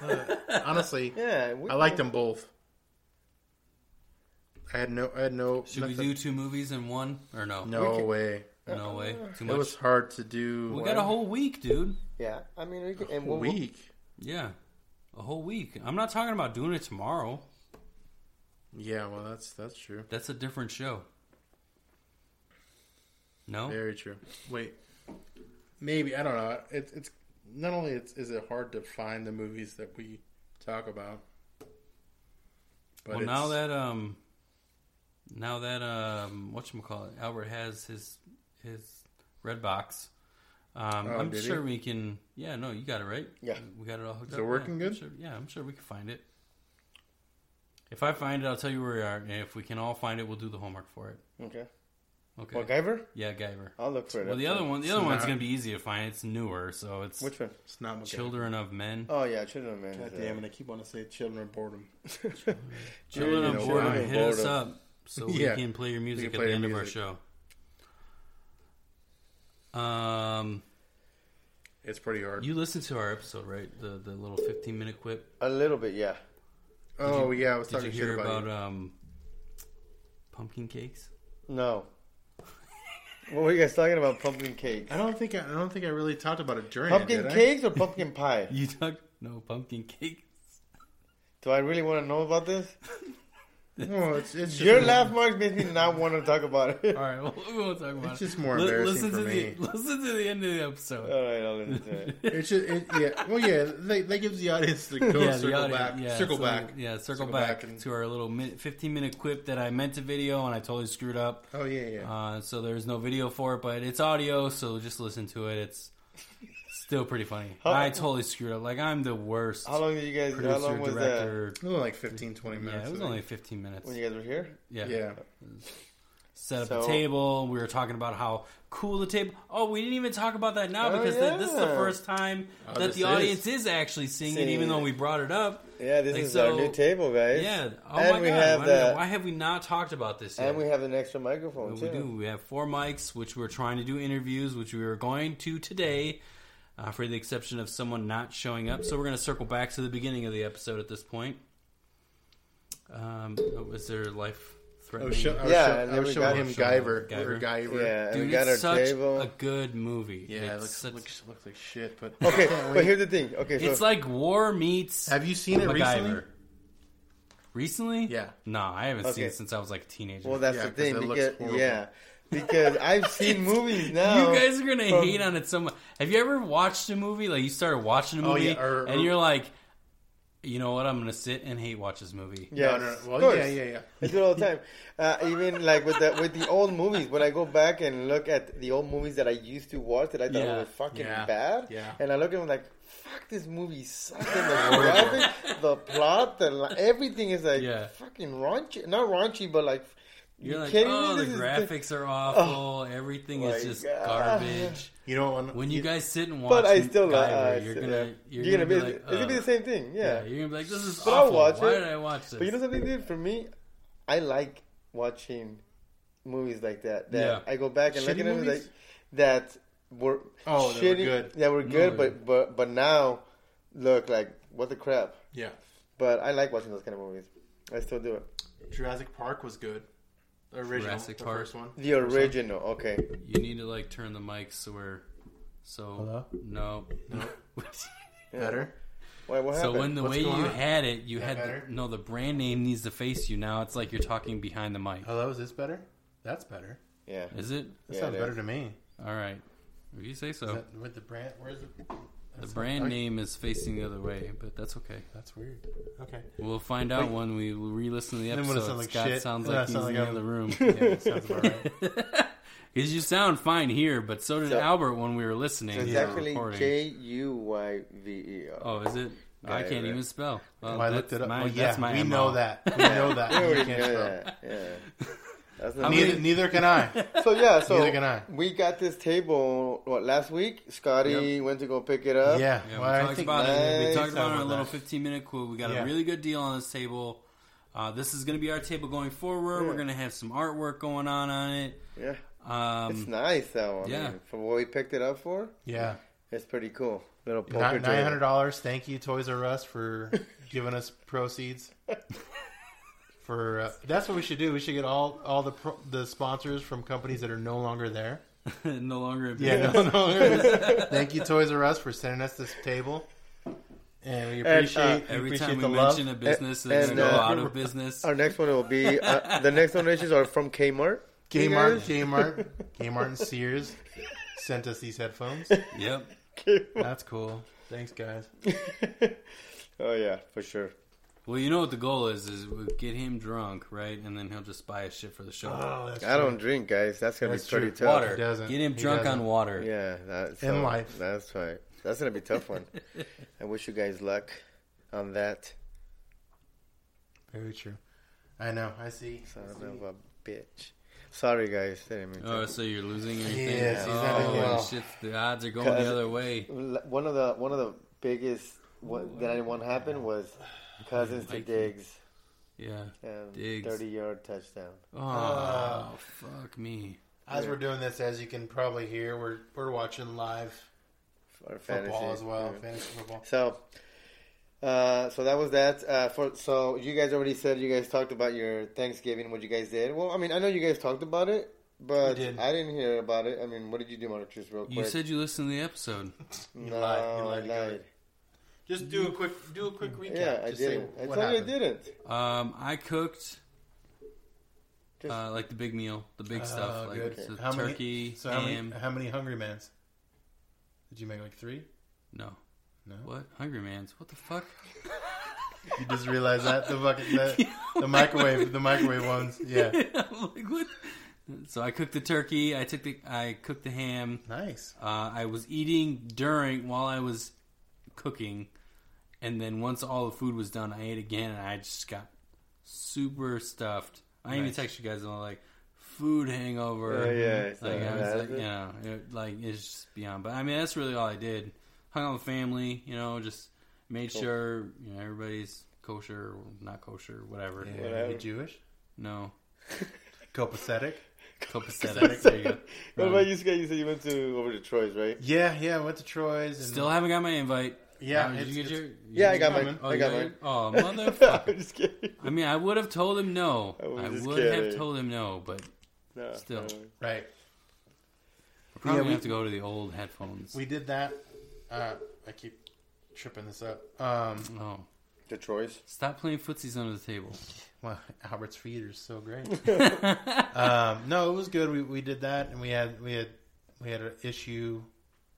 A: Uh, honestly,
B: Yeah, we,
A: I liked them both. I had no. I had no.
C: Should we
A: nothing-
C: do two movies in one or no?
A: No
B: We can-
A: way.
C: no way. Too
A: It
C: much.
A: was hard to do.
C: we got a whole week, dude.
B: Yeah, I mean, we could,
A: a
B: and we'll, we'll-
A: week.
C: Yeah, a whole week. I'm not talking about doing it tomorrow.
A: Yeah, well, that's that's true.
C: That's a different show. No.
A: Very true. Wait, maybe I don't know. It, it's not only it's, is it hard to find the movies that we talk about, but
C: well, now
A: it's-
C: that um, now that um, what call it? Albert has his his red box. Um,
A: Oh,
C: I'm
A: did he?
C: sure we can. Yeah, no, you got it right.
B: Yeah.
C: we got it all hooked
A: Is
C: up.
A: it working
C: yeah,
A: good?
C: I'm sure- yeah, I'm sure we can find it. If I find it, I'll tell you where we are. And if we can all find it, we'll do the homework for it.
B: okay.
C: Okay.
B: Well, Guyver,
C: Yeah, Guyver.
B: I'll look for it.
C: Well, the
B: after.
C: other one, the other one's
A: not-
C: gonna be easy to find. It's newer, so it's
B: Which one?
A: it's not much.
C: Children of Men.
B: Oh yeah, Children of Men.
A: God damn it! I keep wanting to say children of boredom.
C: Children
A: you
C: of
A: know,
C: Boredom.
A: Children
B: of
C: Hit us
B: Boredom.
C: up so we
A: Yeah.
C: can play your music at
A: play
C: the
A: your
C: end
A: music.
C: of our show. Um,
A: It's pretty hard.
C: you listened to our episode, right? The the little fifteen minute quip.
B: A little bit, yeah.
A: oh yeah, I was
C: Did you
A: talking shit
C: hear
A: about,
C: about
A: you.
C: um, pumpkin cakes?
B: No. what were you guys talking about? Pumpkin cake.
A: I don't think I, I don't think I really talked about it during it,
B: Pumpkin
A: did I?
B: cakes or pumpkin pie?
C: You talk no pumpkin cake.
B: Do I really want to know about this?
A: Well, Oh, it's, it's just
B: Your
A: more-
B: laugh marks makes me not want to talk about it.
C: All right, well, we won't talk about
A: It's
C: it.
A: just more
C: Li-
A: embarrassing
C: listen
A: for
C: to
A: me.
C: the listen to the end of the episode.
B: All right, I'll listen to it.
A: It's just, it, yeah. Well, yeah. That, that gives the audience the go
C: yeah, the
A: circle
C: audio-
A: back,
C: yeah,
A: circle
C: so-
A: back.
C: yeah, circle,
A: Circle
C: back,
A: back and-
C: to our little minute, fifteen minute quip that I meant to video and I totally screwed up.
A: Oh yeah, yeah.
C: Uh, so there's no video for it, but it's audio, so just listen to it. It's still pretty funny.
B: How-
C: I totally screwed up. Like I'm the worst
B: How long did you guys?
C: producer
B: how long was
C: director.
A: It was like 15, 20 minutes.
C: Yeah, it was
A: I
C: only
A: think.
C: 15 minutes.
B: that when you guys were here?
C: yeah.
A: yeah.
C: set up
B: So-
C: the table. We were talking about how cool the table. Oh, we didn't even talk about that now
B: Oh,
C: because
B: yeah.
C: th- this is the first time
A: Oh,
C: that
A: this
C: the audience is, actually seeing it, even
B: Seeing
C: though
B: it.
C: we brought it up.
B: Yeah, this
C: Like,
B: is
C: so-
B: our new table, guys.
C: Yeah. Oh
B: and
C: my
B: we
C: god.
B: have
C: why,
B: the-
C: why have we not talked about this yet?
B: and we have an extra microphone
C: But
B: too.
C: we do. We have four mics, which we're trying to do interviews, which we were going to today, uh, for the exception of someone not showing up. So we're going to circle back to the beginning of the episode at this point. Um, oh, is there life
A: I
C: threatening?
A: was, show, I was,
B: Yeah,
A: show-
B: and
A: I
B: then
A: was
B: we
A: showing
B: got-
A: oh, him
C: Showing
A: Guyver.
C: him
A: Or Guyver.
B: Yeah, and
C: Dude,
B: we got
C: it's
B: our
C: such
B: table.
C: a good movie.
A: Yeah, it
C: it's,
A: looks,
C: such-
A: looks, looks like shit. But
B: Okay,
A: Can't
B: but
A: wait.
B: here's the thing. Okay, so
C: it's like war meets.
A: have you seen it recently?
C: MacGyver. Recently?
A: Yeah.
C: No, I haven't seen
B: Okay.
C: it since I was like a teenager.
B: well, that's
A: Yeah,
B: the
A: 'cause
B: thing
A: it looks
B: because
A: horrible.
B: yeah, because I've seen movies now.
C: You guys are gonna
B: from-
C: hate on it so much. Have you ever watched a movie like you started watching a
A: Oh,
C: movie
A: yeah, or-
C: and
A: or-
C: you're like, you know what? I'm gonna sit and hate watch this movie.
B: Yes,
A: no, no, no.
B: of
A: Well,
B: course.
A: yeah, yeah, yeah.
B: I do it all the time. Uh, even like with the with the old movies, when I go back and look at the old movies that I used to watch that I thought
C: Yeah.
B: were fucking
A: Yeah.
B: bad,
A: Yeah.
B: and I look at them like, fuck, this movie sucks. And the graphic, the plot, the li- everything is like
C: Yeah.
B: fucking raunchy. Not raunchy, but like
C: You're
B: you
C: like,
B: kidding
C: oh,
B: me?
C: the
B: This is
C: graphics are awful. Everything
B: my
C: is just
B: God.
C: garbage.
A: You know what?
C: When you guys sit and watch,
B: But I still
C: Guyver,
B: like. uh,
C: you're
B: you're,
C: gonna, you're,
B: gonna, be.
C: like,
B: it's gonna be
C: "Ugh."
B: the same thing. Yeah.
C: Yeah, you're gonna be like, this is
B: But I'll
C: awful.
B: watch
C: Why
B: it.
C: did I watch this?
B: But you know something, dude? For me, I like watching movies like that. That
C: Yeah.
B: I go back and look
A: Shitty
B: at them
A: movies?
B: like that were
A: Oh, they were good.
B: That were good,
C: No, they-
B: but but but now look like what the crap.
A: Yeah,
B: But I like watching those kind of movies. I still do it.
A: Jurassic Park was good. The original,
C: Jurassic
A: the
C: Park.
A: first one.
B: The original, okay.
C: You need to like turn the mics to where. So
A: Hello?
C: no, no.
A: Better.
B: Why? What
C: so
B: happened?
C: when the
A: What's
C: way you
A: going on?
C: had it, you
A: That
C: had
A: better?
C: the, no. The brand name needs to face you now. It's like you're talking behind the mic.
A: Hello, is Oh, this better? That's better.
B: yeah,
C: Is it
A: That
B: Yeah,
A: sounds
B: it
A: better
B: is.
A: to me.
C: all right? If you say
A: Is
C: so.
A: that with the brand, where's the?
C: The
A: that's-
C: brand
A: I-
C: name is facing the other way, but that's okay.
A: That's weird. Okay.
C: We'll find out
A: Wait.
C: when we re-listen to the
A: Then when it
C: episode.
A: sounds like
C: Scott
A: shit,
C: sounds
A: then I
C: like he's
A: sound
C: in
A: like
C: the
A: I'm-
C: other room.
A: Yeah, that sounds about right.
C: Because you sound fine here, but so did
B: So-
C: Albert when we were listening.
B: it's
C: to the
B: actually
C: recording.
B: J U Y V E R.
C: Oh, is it? I
B: Yeah,
C: can't
B: yeah.
C: even spell. Well,
A: Oh, I looked
C: that's
A: it up.
C: my-
A: Well, yeah,
C: that's my
A: we
C: MO.
A: know that. We know that.
B: We already
A: You can't
B: know
A: spell.
B: that. Yeah. That's not
A: Neither, neither can I.
B: so yeah, so
A: Neither can I.
B: we got this table what last week. Scotty
A: Yep.
B: went to go pick it up.
A: Yeah.
C: Yeah, we
A: well, I
C: talked
A: think-
C: about it. We
B: nice.
C: talked about
A: Talked
C: our
A: about
C: little
A: that.
C: 15 minute quote. We got
A: Yeah.
C: a really good deal on this table. Uh, this is going to be our table going forward. We're
B: Yeah.
C: going to have some artwork going on on it.
B: yeah. It's
C: Um,
B: nice though. I
C: yeah.
B: mean, for what we picked it up for,
A: yeah.
B: it's pretty cool. Little poker
A: Nine hundred
B: table.
A: dollars. Thank you, Toys R Us, for giving us proceeds. For uh, that's what we should do. We should get all all the pro- the sponsors from companies that are no longer there.
C: no longer. in
A: Yeah,
C: business.
A: no longer. Thank you, Toys R Us, for sending us this table, and
B: uh,
A: we appreciate we
C: Every
A: appreciate
C: time we
A: the love.
C: mention a business,
B: And-
C: they're
B: and,
C: going to go
B: uh,
C: out of business.
B: Our next one will be uh, the next donations are from Kmart. You
A: Kmart,
B: guys?
A: Kmart, Kmart, and Sears sent us these headphones.
C: Yep.
A: That's cool. Thanks, guys.
B: Kmart. oh yeah, for sure.
C: Well, you know what the goal is: is we get him drunk, right, and then he'll just buy us shit for the show.
A: Oh, that's
B: I don't drink, guys. That's gonna
A: That's
B: be pretty
A: true.
B: tough.
C: water.
A: He doesn't.
C: Get him
A: He
C: drunk
A: doesn't.
C: on water.
B: Yeah, that's
A: In life.
B: That's right. That's gonna be a tough one. I wish you guys luck on that.
A: very true. I know. I see.
B: Son
A: I see.
B: of a bitch. Sorry, guys. Didn't mean to.
C: Oh, so you're losing your thing.
A: Yes, he's not
C: oh,
A: doing well.
C: shit, the odds are going
B: Cause-
C: the other way.
B: one of the one of the biggest what, that I didn't want to happen was Cousins to
C: Like-
B: Diggs
C: Yeah.
B: and
C: Diggs.
B: thirty yard touchdown.
C: Oh,
A: Uh.
C: fuck me.
A: As we're doing this, as you can probably hear, we're we're watching live
B: Our
A: football
B: fantasy.
A: as well,
B: Yeah.
A: fantasy football.
B: So, uh, so that was that. Uh, for so you guys already said you guys talked about your Thanksgiving, what you guys did. Well, I mean, I know you guys talked about it, but
A: We did.
B: I didn't hear about it. I mean, what did you do, Mark? Just real quick.
C: You said you listened to the episode.
A: You
B: no,
A: lied. You
B: I
A: lied.
B: lied.
A: Just do a quick do a quick recap.
B: Yeah, I
A: Just say
B: didn't. I
A: what
B: told you I
A: happened.
B: didn't.
C: Um, I cooked.
B: Just-
C: uh, like the big meal, the big
A: Oh,
C: stuff, like
A: good.
C: the
A: How many-
C: turkey,
A: So how
C: ham.
A: many how many hungry mans? Did you make like three?
C: No,
A: No.
C: what? Hungry man's? What the fuck?
A: You just realized that the bucket the, the microwave the microwave ones. Yeah.
C: I'm like, what? So I cooked the turkey. I took the. I cooked the ham.
A: Nice.
C: Uh, I was eating during while I was cooking, and then once all the food was done, I ate again, and I just got super stuffed. I even
A: Nice.
C: text you guys and I was like, "Food hangover."
B: Oh, yeah, it's
C: like
B: like
C: I was
B: that,
C: like,
B: is
C: you
B: it?
C: know, it, like it's just beyond. But I mean, that's really all I did. Hung out with family, you know, just made sure you know everybody's kosher, or not kosher, whatever.
A: Yeah.
B: Whatever.
A: You Jewish?
C: No,
A: Copacetic?
C: copacetic. there you go.
B: What about you, Scott? You said you went to over to Troy's, right?
A: Yeah, yeah, I went to Troy's and
C: Still haven't got my invite.
A: Yeah,
C: Wow, did you
A: it's-
C: get your?
B: Yeah, I got mine.
A: coming.
C: Oh,
B: I
C: you
B: got
C: got
B: mine.
C: it? Oh, motherfucker.
B: I'm just kidding.
C: I mean, I would have told him no.
B: I was
C: I
B: just
C: would have
B: kidding.
C: told him no, but
B: No,
C: Still.
B: no.
A: right.
C: we're probably
A: Yeah,
C: gonna
A: we-
C: have to go to the old headphones.
A: We did that. Uh, I keep tripping this up. Um,
C: oh,
B: to Troy's.
C: stop playing footsies under the table.
A: well, Albert's feet are so great. um, no, it was good. We, we did that, and we had we had we had an issue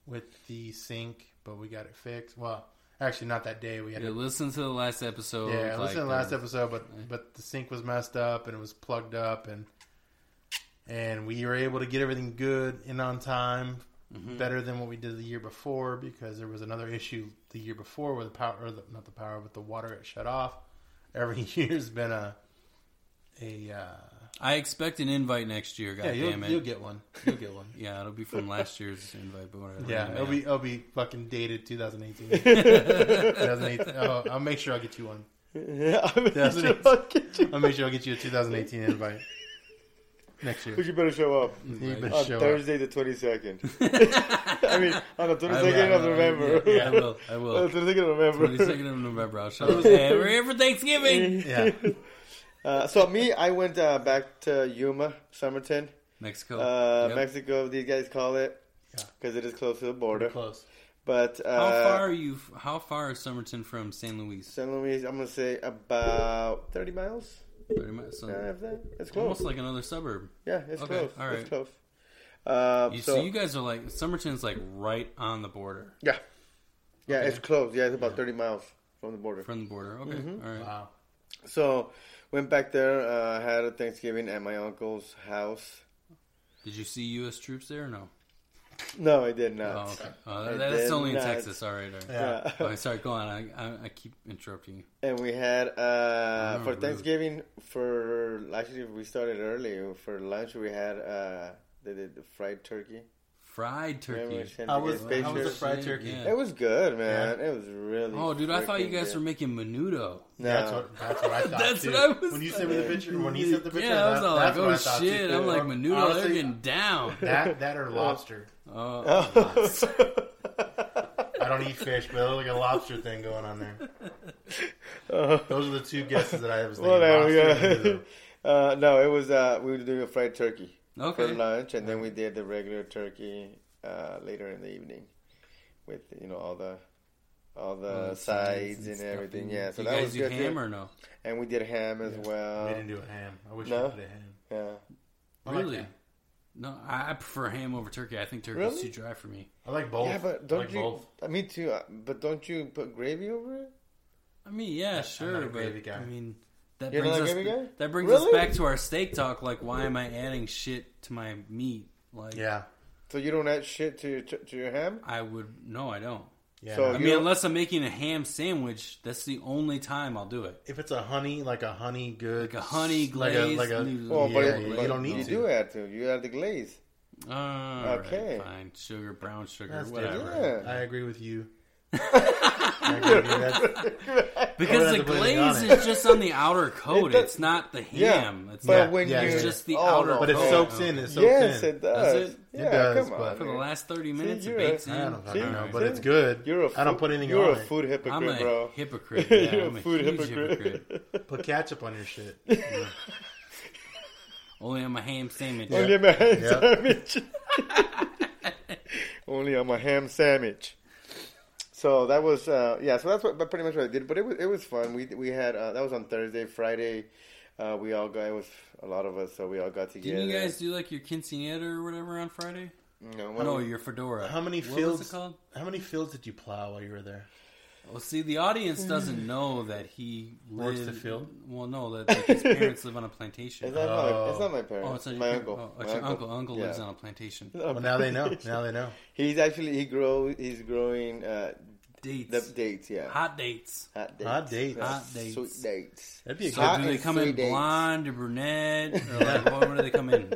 A: with the sink, but we got it fixed. Well, actually, not that day. We had
C: Yeah,
A: yeah.
C: listen to the last episode.
A: Yeah, I
C: like,
A: listened to the last
C: uh,
A: episode, but but the sink was messed up and it was plugged up, and and we were able to get everything good and on time,
C: Mm-hmm.
A: better than what we did the year before because there was another issue the year before where the power, or the, not the power, but the water got shut off. Every year's been a a uh,
C: I expect an invite next year. God
A: yeah. You'll,
C: damn it.
A: you'll get one. You'll get one.
C: yeah, it'll be from last year's invite, but whatever.
A: Yeah, it'll
C: man.
A: be it'll be fucking dated 2018. 2018. Oh, I'll make sure I'll get you one.
B: Yeah, I'm in
A: That's
B: the
A: it.
B: fucking kitchen.
A: I'll make sure I'll get you a 2018 invite.
C: next year.
B: But you better show up
A: You better
B: on
A: show up.
B: Thursday the twenty second. I mean, on the twenty
C: I will,
B: second of
C: I will,
B: November.
C: Yeah, yeah, I will. I
B: on the
C: will.
B: twenty second of November.
C: 22nd of November. I'll show up. Hey, we're here for Thanksgiving.
A: Yeah.
B: Uh, so me, I went uh, back to Yuma, Somerton,
C: Mexico.
B: uh,
C: Oh, Yep.
B: Mexico. These guys call it
A: Yeah.
B: because it is close to the border.
A: Close.
B: But uh,
C: How far are you? How far is Somerton from San Luis?
B: San Luis, I'm gonna say about thirty miles.
C: Pretty much. So,
B: Uh, if that, it's close.
C: Oh. almost like another suburb.
B: Yeah, it's
C: Okay,
B: close.
C: all
B: It's
C: right.
B: close. Uh,
C: You,
B: so,
C: so you guys are like Somerton's like right on the border
B: yeah, yeah,
C: Okay.
B: it's close. Yeah, it's about thirty miles from the border.
C: from the border. Okay,
B: Mm-hmm.
C: all right.
A: Wow.
B: So went back there. Uh, had a Thanksgiving at my uncle's house.
C: Did you see U.S. troops there? or No.
B: No, I did
C: Oh,
B: not.
C: okay. Oh,
B: I
C: that, that's
B: did
C: only in
B: not.
C: Texas. All right. All right.
A: Yeah.
C: Okay, sorry, go on. I, I, I keep interrupting you.
B: and we had uh,
C: Oh,
B: for
C: rude.
B: Thanksgiving for actually we started early for lunch. We had uh, they did the fried turkey.
C: Fried
B: Remember we
C: turkey.
B: sent
A: How
B: you
A: was-
B: guys
A: how was the
B: pictures?
A: fried turkey?
C: Yeah.
B: It was good, man. It was really.
C: Oh, dude, I thought you
B: freaking
C: guys
B: good.
C: were making menudo.
B: No.
A: That's what that's what I thought.
C: That's
A: too.
C: what I was
A: When you sent me the
B: thinking.
A: picture, when he sent the picture,
C: Yeah, I was
A: that,
C: all
A: that's
C: like,
A: what I
C: oh
A: thought,
C: shit.
A: too.
C: I'm like, menudo, they're
A: Honestly,
C: getting down.
A: that that or lobster.
C: Oh,
B: Oh.
A: I don't eat fish, but there's like a lobster thing going on there. Those are the two guesses that I was thinking.
B: Oh. Whatever.
A: lobster and
B: Yeah.
A: noodle.
B: uh, no, it was uh, we were doing a fried turkey for
C: okay.
B: lunch, and then we did the regular turkey uh, later in the evening with you know all the all the
C: Oh,
B: sides and
C: stuff
B: everything.
C: in-
B: Yeah, so
C: you
B: that
C: guys
B: was
C: do
B: good. too.
C: ham or no?
B: And we did ham as
A: They
B: well.
A: didn't do a ham. I wish
B: Uh, No?
A: they did a ham.
B: Yeah.
A: I like
C: Really?
A: ham.
C: No, I I prefer ham over turkey. I think turkey's
B: Really?
C: too dry for me.
A: I like both.
B: Yeah, but don't
A: I like
B: you?
A: both.
B: uh, Me too. uh, But don't you put gravy over it?
C: I mean, yeah,
A: not
C: sure,
A: a
C: but
A: gravy guy.
C: I mean, that
B: You're
C: brings
B: not a
C: us
B: gravy guy?
C: that brings
B: Really?
C: us back to our steak talk. Like, why am I adding shit to my meat? Like,
A: Yeah.
B: So you don't add shit to your to your ham.
C: I would no, I don't.
A: Yeah.
B: So
C: I
B: You
C: mean,
B: don't-
C: unless I'm making a ham sandwich, that's the only time I'll do it.
A: if it's a honey, like a honey good,
C: Like a honey glazed
A: like a, like a
C: noodle.
B: Well,
A: yeah,
B: but,
A: yeah,
B: it,
A: you
B: but
A: don't need
B: you
A: to.
B: do add to. You add the glaze.
C: All right,
B: Okay.
C: fine. Sugar, brown sugar,
A: That's
C: whatever.
A: different.
B: Yeah.
A: I agree with you. I agree with you. That's-
C: Because
A: We'll
C: the
A: have to put it on
C: glaze
A: it.
C: is just on the outer coat.
B: does-
C: it's not the
B: Yeah,
C: ham. It's
B: but
C: not,
B: when
A: yeah,
B: you
A: it's
C: just the
B: oh,
C: outer
B: no,
A: but it
B: no.
C: Oh,
A: soaks
C: no.
A: in. It soaks
B: yes,
A: in.
B: it does.
C: Does it?
B: Yeah,
A: It does,
B: come on.
A: but-
C: for the last thirty minutes. It
B: you're a-
C: bakes in.
A: I don't
B: See?
A: fucking know, but
B: See?
A: it's good.
B: You're a food,
A: I don't put anything
B: You're
A: on
B: a
A: it.
B: food hypocrite,
C: I'm a
B: bro.
C: hypocrite. Yeah,
B: you're
C: I'm
B: a
C: a
B: food
C: huge
B: hypocrite.
C: hypocrite.
A: Put ketchup on your shit. Yeah.
C: Only on my ham sandwich.
B: Only on my ham
A: Yeah.
B: sandwich. Only on my ham sandwich. So that was uh, yeah. So that's what, but pretty much what I did. But it was it was fun. We we had uh, that was on Thursday, Friday. Uh, we all got it was a lot of us, so we all got together.
C: Didn't you guys do like your quinceanera or whatever on Friday?
B: No,
C: Oh, no,
B: well,
C: your fedora.
A: How many
C: what
A: fields?
C: Was it called?
A: How many fields did you plow while you were there?
C: Well, see, the audience doesn't know that he
A: Works the
C: lived-
A: field?
C: Well, no, that like, his parents live on a plantation.
B: it's not my it's not my parents.
C: oh, it's not your
B: my
C: par-
B: uncle.
C: Oh, it's
B: my
C: your uncle. Uncle lives
B: Yeah.
C: on a plantation.
A: Well, now they know. Now they know.
B: Oh, He's actually he grow he's growing uh,
C: Dates.
B: the dates. Yeah,
C: Hot dates.
B: Hot dates.
A: Hot dates.
B: Yeah,
C: Hot dates.
B: Sweet dates.
A: That'd be a
C: So
A: good.
B: Hot
C: do they
B: and
C: come in
B: sweet dates.
C: blonde or brunette? Or like, what, what do they come in?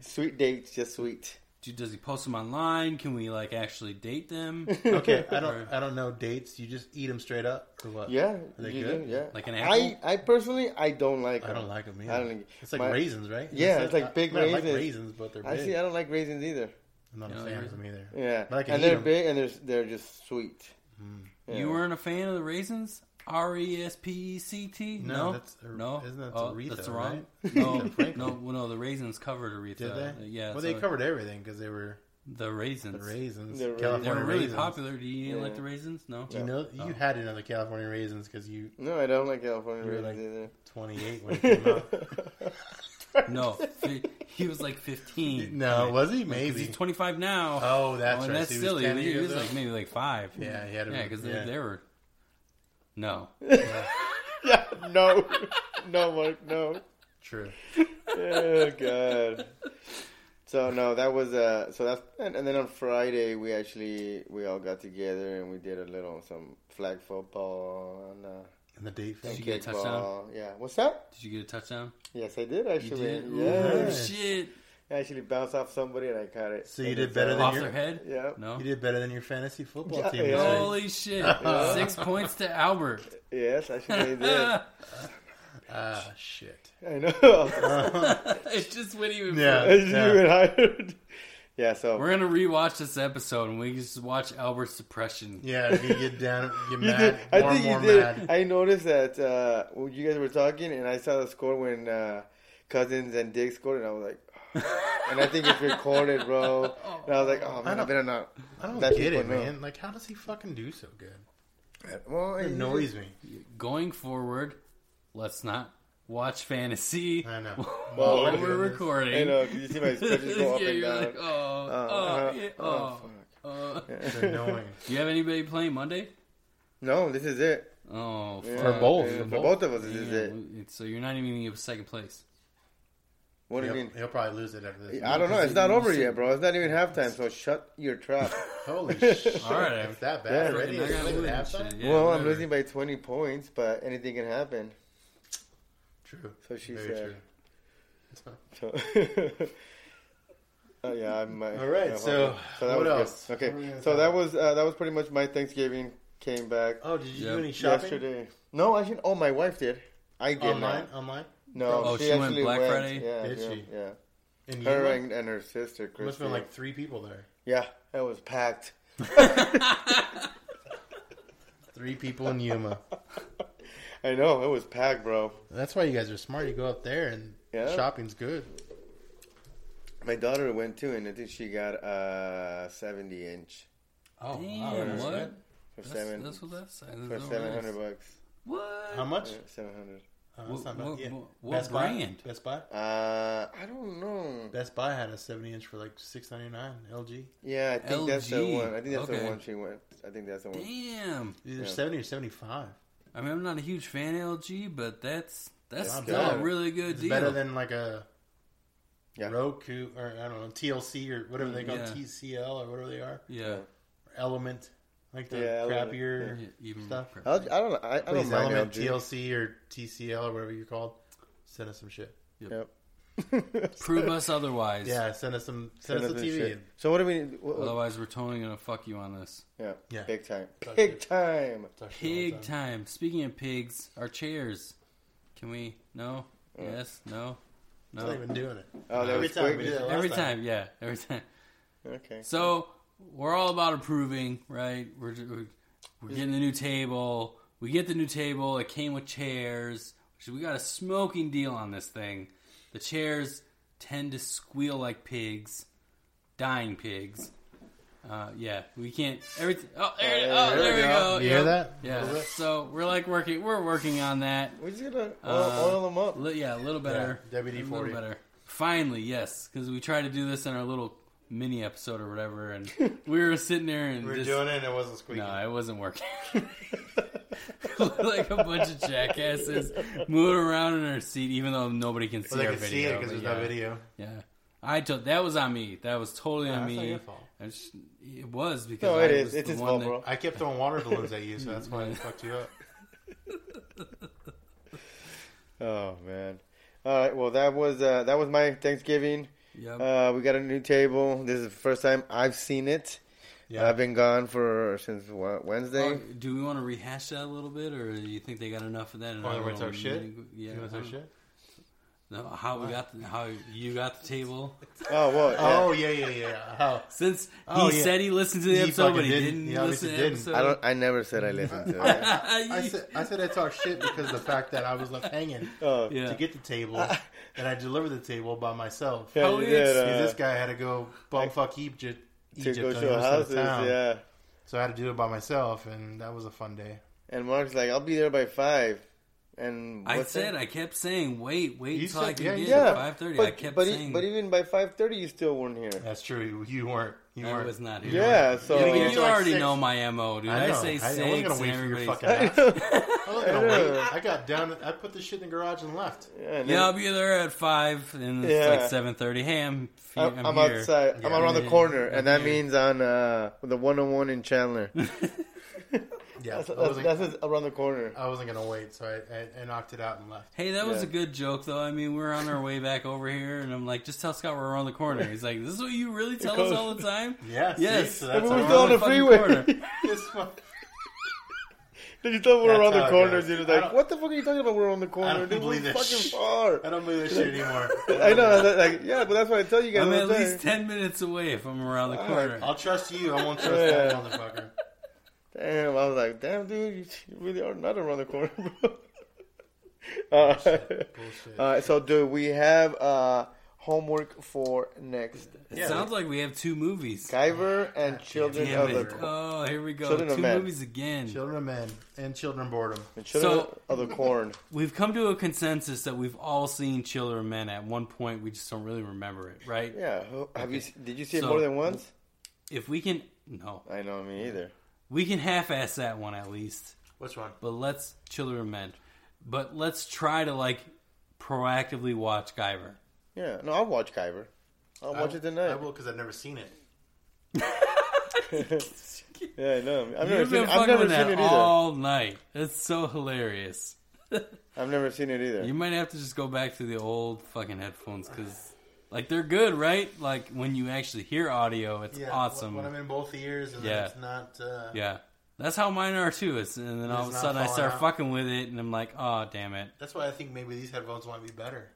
B: Sweet dates, just sweet.
C: Do, does he post them online? Can we like actually date them?
A: Okay, I don't. I don't know dates. You just eat them straight up or what?
B: Yeah,
A: Are they
B: you
A: good?
B: do, yeah.
C: Like an
B: I,
C: apple?
B: I personally, I don't like.
A: I
B: them.
A: don't like them either.
B: I don't like.
A: it's like
B: my-
A: raisins, right?
B: Yeah,
A: Is
B: it's
A: that-
B: like big
A: I, mean, I
B: raisins.
A: like raisins, but they're big.
B: Actually, I don't like raisins either.
A: I'm not
C: Yeah,
A: a fan
C: you're-
A: of them either.
B: Yeah,
A: But I can
B: and
A: eat
B: they're
A: 'em.
B: big and they're they're just sweet. Yeah.
C: Mm. You weren't a fan of the raisins? R E S P E C T?
A: No,
C: No,
A: that's a-
C: no.
A: isn't that
C: oh,
A: Aretha,
C: That's the wrong.
A: right?
C: No,
A: Aretha Franklin.
C: no, well, no. The raisins covered Aretha. Uh,
A: Did they?
C: Yeah.
A: Well,
C: so
A: they covered everything because they were
C: the raisins.
A: the raisins.
B: They're
C: They
A: California
C: were really
A: raisins.
C: popular. Oh. Do you
B: Yeah.
C: like the raisins? No.
A: Do you know you had another California raisins because you
B: No, I don't like California
A: You were
B: raisins
A: 28 when it came out.
C: No. Fi- He was like 15.
A: no, was he?
C: Because
A: Maybe.
C: he's 25 now.
A: Oh, that's
C: Oh, and
A: right.
C: that's
A: So he was
C: silly.
A: 10
C: He
A: years
C: was
A: old.
C: like maybe like five.
A: Yeah, he had to
C: Yeah,
A: be-
C: because
A: yeah.
C: they, they were. No.
B: yeah, no, no, Mark, no.
A: True.
B: oh god. So no, that was uh. So that's and, and then on Friday we actually we all got together and we did a little some flag football and uh,
A: And the date.
C: Did
B: some
C: you get a
B: kickball.
C: touchdown?
B: Yeah, what's that?
C: Did you get a touchdown?
B: Yes, I did
C: You
B: actually.
C: did.
B: Yeah,
C: Ooh, shit.
B: I actually bounced off somebody and I caught it.
A: So you
B: And
A: did
B: it's,
A: better than
C: Off
A: your-
C: their head.
B: Yeah.
C: No.
A: You did better than your fantasy football
B: Yeah,
A: team.
B: yeah.
A: this week.
C: Holy shit! Six points to Albert.
B: Yes, actually I did.
C: Ah, shit.
B: I know.
C: Oh, It's just when even.
A: Yeah.
B: It's even higher. Yeah, so
C: We're gonna rewatch this episode and we just watch Albert's depression.
A: Yeah, if you get down, get
B: You
A: mad,
B: did.
A: more
B: I
A: and
B: think
A: more
B: you did.
A: mad.
B: I noticed that uh, when you guys were talking, and I saw the score when uh, Cousins and Diggs scored, and I was like, "Oh." and I think it's recorded, bro. And I was like, oh man, I,
A: don't-
B: better not.
A: I don't
B: let
A: get it,
B: people know.
A: man. Like, how does he fucking do so good?
B: Well,
A: It
B: you-
A: annoys me.
C: Going forward, let's not watch fantasy
A: I know.
B: Well,
C: while
B: Oh,
C: we're
A: goodness.
C: recording.
B: I know. 'cause You see my expressions go up
C: Yeah,
B: and
C: you're
B: down.
C: like, oh,
B: Uh,
C: oh,
B: uh,
C: yeah,
B: oh,
C: oh,
B: fuck.
C: oh.
A: It's annoying.
C: Do you have anybody playing Monday?
B: No, this is it.
C: Oh,
B: Yeah,
C: fuck.
A: For both.
B: yeah,
A: For
B: For both of us, this is
C: Yeah,
B: it.
C: we- so you're not even gonna give us second place.
B: What do you
A: He'll,
B: mean?
A: he'll probably lose it after this.
B: I don't know. It's not over yet, bro. It's not even halftime. So shut your trap.
A: Holy shit!
C: All right,
A: it's that bad
B: Yeah.
A: already.
C: Freaking, I gotta
A: It's
C: win
A: like
C: and
A: halftime?
C: shit. Yeah,
B: well, I'm
C: whatever.
B: losing by 20 points, but anything can happen.
A: True.
B: So she
A: Very
B: said.
A: true. It's fine.
B: So, Oh, yeah, I might.
A: All right,
B: no,
A: so what
B: was
A: else?
B: Good.
A: What were we
B: Okay,
A: gonna
B: so
A: talk
B: that was uh, that was pretty much my Thanksgiving. Came back
A: Oh, did you
C: Yeah.
A: do any shopping Oh,
B: yesterday. No, I should. Oh, my wife did. I did
A: online?
B: not.
A: Online?
B: No,
C: Oh, she went Black Friday?
B: Yeah,
A: Did
B: yeah,
A: she?
B: yeah.
A: And you
B: Her
A: went?
B: and, and her sister.
A: There must have
B: Christy.
A: been like three people there.
B: yeah, it was packed.
A: Three people in Yuma.
B: I know it was packed, bro.
A: That's why you guys are smart. You go up there and
B: Yeah.
A: shopping's good.
B: My daughter went too, and I think she got a seventy inch
A: Oh,
C: Damn, what?
B: for
C: That's,
B: seven
C: that's what that size is.
B: for
C: That's
B: seven
C: what it
B: hundred
C: is.
B: bucks.
C: What?
A: How much?
B: Seven hundred.
A: Uh,
C: What-
A: that's not bad.
C: what-
A: Yeah.
C: what- what brand?
A: Buy? Best Buy.
B: Uh, I don't know.
A: Best Buy had a 70 inch for like 6.99 LG.
B: Yeah, I think that's the
C: LG.
B: one. I think that's
C: Okay.
B: the one she went. I think that's the one.
C: Damn.
A: Either
B: Yeah.
A: 70 or 75.
C: I mean, I'm not a huge fan of LG, but that's that's
A: Not
C: still
A: bad.
C: a really good
A: It's
C: deal.
A: better than like a
B: Yeah.
A: Roku or I don't know TLC or whatever they call
C: Yeah.
A: TCL or whatever they are.
C: yeah,
A: Element, like the
B: Yeah, Element,
A: crappier.
C: Yeah, even
A: Stuff.
B: I'll, I don't know. I, I don't
A: Please,
B: mind
A: Element
B: LG.
A: TLC or TCL or whatever you're called. Send us some shit.
C: prove us otherwise.
A: Yeah, send us some. Send, us
B: Another
A: a TV.
B: shit. So what do we? What, what-
C: Otherwise, we're totally gonna fuck you on this.
B: yeah,
A: Yeah.
B: big time,
A: Fuck
B: big
A: it.
B: time.
A: Talk shit all the
C: Pig time. Speaking of pigs, our chairs. Can we? No. Yes. No.
A: I'm not
C: No.
A: even doing it.
B: Oh, that
A: Every
B: was
A: time
B: quick.
A: we did it last
C: Every time. Yeah. Every time.
B: Okay.
C: So we're all about improving, right? We're we're, we're getting the new table. We get the new table. It came with chairs. So we got a smoking deal on this thing. The chairs tend to squeal like pigs, dying pigs. Uh, yeah, we can't. Everything. Oh, there, it- oh, there we go.
A: You hear
C: Yep.
A: that?
C: Yeah. So we're like working. We're working on that.
B: We're just gonna oil,
C: Uh,
B: oil them up.
C: Li- yeah, a little better.
A: Yeah, WD-40.
C: A little better. Finally, yes, because we tried to do this in our little mini episode or whatever, and we were sitting there and
A: We were
C: just,
A: doing it and it wasn't squeaking.
C: no, it wasn't working. Looked like a bunch of jackasses moving around in our seat, even though nobody can see
A: Well, they
C: our
A: could
C: video.
A: see it because
C: but
A: there's
C: yeah,
A: no video.
C: Yeah, I told that was on me. That was totally on
A: that's
C: me.
A: not your fault.
C: I just- it was because
B: No,
C: I
B: it is.
C: was
B: It's
C: the
B: his
C: one
B: fault,
C: that-
B: bro.
A: I kept throwing water balloons at you, so that's why I fucked you up.
B: Oh man. All right. Well, that was uh, that was my Thanksgiving.
C: Yep.
B: Uh, we got a new table. This is the first time I've seen it.
A: Yeah.
B: I've been gone for since what, Wednesday.
C: Oh, do we want to rehash that a little bit, or do you think they got enough of that? in
A: Oh,
C: our
A: you wanna
C: little
A: talk shit?
C: mini- Yeah,
A: you want to
C: I
A: say
C: don't-
A: shit?
C: No, how we got the, how you got the table
B: Oh, well.
A: Oh yeah, yeah, yeah. How?
C: since he
A: Oh, yeah.
C: said he listened to the
A: He
C: episode, but
A: fucking
C: he
A: didn't.
C: didn't,
A: He
C: listen
A: obviously
C: to the
A: didn't.
C: episode.
B: I don't. I never said I listened to it.
A: I said I said I talk shit because of the fact that I was left hanging
B: Oh,
C: Yeah.
A: to get the table, and I delivered the table by myself.
B: yeah,
C: How
B: you
C: is-
B: did,
A: See,
B: uh,
A: this guy had to go bumfuck Egypt,
B: to
A: Egypt
B: go
A: on the
B: show
A: other side of
B: houses.
A: town.
B: Yeah.
A: So I had to do it by myself, and that was a fun day.
B: And Mark's like, I'll be there by five. And
C: I
B: what's
C: said
B: that?
C: I kept saying wait, wait
A: You
C: until I
A: said-
C: can
A: yeah,
C: get
A: you
C: yeah.
A: said-
C: five thirty.
B: But,
C: I kept
B: but, e-
C: saying
B: but even by five thirty, you still weren't here.
A: That's true. You, you weren't. You
C: I
A: weren't.
C: was not here.
B: Yeah.
C: You,
B: So
A: Yeah,
C: you
A: so like
C: already
A: six.
C: know my mo, dude.
A: I,
C: I,
A: know.
C: say
A: I,
C: six.
A: I wasn't gonna wait for your
C: everybody's-
A: fucking
B: I
A: ass.
B: know.
A: I wasn't gonna
B: I know.
A: wait. I got down. I put the shit in the garage and left.
B: Yeah,
C: Yeah, I'll be there at five, and it's
B: Yeah.
C: like seven thirty. Hey, I'm, fe-
B: I'm,
C: I'm,
B: I'm
C: here.
B: outside. I'm
A: Yeah.
B: around the corner,
C: I'm
B: and that
C: here.
B: means on uh, the 101 in Chandler. that's
A: Yeah, I,
B: that's,
A: wasn't,
B: that's around the corner.
A: I wasn't gonna wait, so I, I, I knocked it out and left.
C: Hey, that was
B: Yeah.
C: a good joke, though. I mean, we're on our way back over here, and I'm like, just tell Scott we're around the corner. He's like, this is what you really tell us all the time?
A: Yeah, see?
C: Yes.
A: So
B: And
A: that's
B: we
A: how
B: were
A: I
B: still on the freeway.
C: around the fucking corner.
A: This one-
B: Did you thought we were
A: That's
B: around
A: how
B: the
A: it
B: corner,
A: goes.
B: dude? It was
A: I
B: Like,
A: don't-
B: what the fuck are you talking about? We're on the corner.
A: don't
B: dude,
A: believe
B: we're
A: that
B: fucking
A: shit.
B: far.
A: I don't believe this shit anymore.
B: I know, that- like, yeah, but that's what I tell you guys.
C: I'm
B: all
C: at
B: the time.
C: least ten minutes away if I'm around the
B: All
C: corner.
B: right.
A: I'll trust you. I won't trust that
B: Yeah.
A: motherfucker.
B: Damn, I was like, damn, dude, you you really are not around the corner, bro. All right.
A: Bullshit.
B: All right, so do we have uh, homework for next?
C: It
A: Yeah.
C: sounds like we have two movies.
B: Guyver and Children
C: Damn
B: of the
C: it! Oh, here we go.
B: Children of
C: Two
B: Men.
C: movies again.
A: Children of men and children of boredom.
B: and Children
C: So-
B: of the Corn.
C: We've come to a consensus that we've all seen Children of Men at one point. We just don't really remember it, right?
B: Yeah, who- have you
C: Okay.
B: did you see it
C: So-
B: more than once?
C: If we can, no,
B: I know me either.
C: we can half-ass that one at least.
A: Which one?
C: But let's Children of Men. But let's try to like proactively watch Guyver.
B: Yeah, no, I'll watch Guyver. I'll watch it tonight.
A: I will because I've never seen it.
B: Yeah, I know. I've never
C: You've
B: seen.
C: been
B: I've
C: fucking
B: never
C: with
B: seen
C: that
B: it either.
C: all night. That's so hilarious.
B: I've never seen it either.
C: You might have to just go back to the old fucking headphones because, like, they're good, right? Like when you actually hear audio, it's
A: Yeah,
C: awesome.
A: When I'm in both ears and
C: Yeah.
A: then it's not. Uh,
C: yeah, that's how mine are too. It's, and then
A: It's
C: all of a
A: not
C: sudden I
A: falling
C: start
A: out.
C: fucking with it, and I'm like, oh damn it,
A: That's why I think maybe these headphones might be better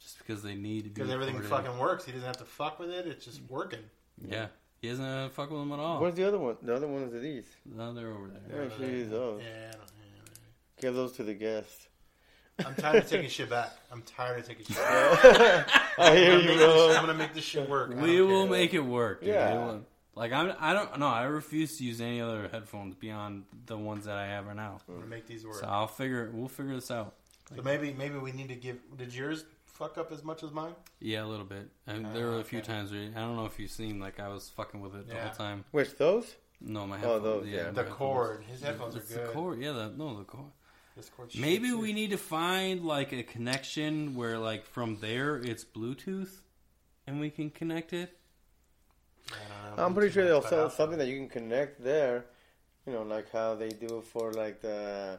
C: just because they need to be
A: because everything
C: recorded.
A: fucking works. He doesn't have to fuck with it. It's just working.
C: Yeah, he doesn't uh, fuck with them at all.
B: Where's the other one? The other one is these.
C: No, they're over there.
B: Let me show you those.
A: Yeah, I don't, yeah,
B: Give those to the guests.
A: yeah. I'm tired of taking shit back. I'm tired of taking shit back.
B: I hear
A: I'm gonna
B: you,
A: make this-
B: bro.
A: I'm gonna make this shit work. I
C: We
A: don't
C: will
A: care.
C: make it work. Dude.
B: Yeah.
C: It will- Like I'm, I don't know. I refuse to use any other headphones beyond the ones that I have right now.
A: I'm gonna make these work.
C: So I'll figure. We'll figure this out.
A: So maybe maybe we need to give. Did yours fuck up as much as mine?
C: Yeah, a little bit. And
A: Oh,
C: there were a few
A: okay.
C: times where I don't know if you've seen like I was fucking with it the
A: Yeah.
C: whole time.
B: Which those?
C: No, my
B: Oh,
C: headphones.
B: those, yeah.
C: my
A: The
C: headphones.
A: cord. His headphones are
C: It's the
A: good.
C: cord. Yeah, the, no, the cord.
A: This cord shit
C: Maybe
A: too.
C: we need to find like a connection where like from there it's Bluetooth, and we can connect it.
A: I don't know.
B: I'm pretty sure they'll
A: But
B: sell
A: I'll-
B: something that you can connect there. You know, like how they do for like the,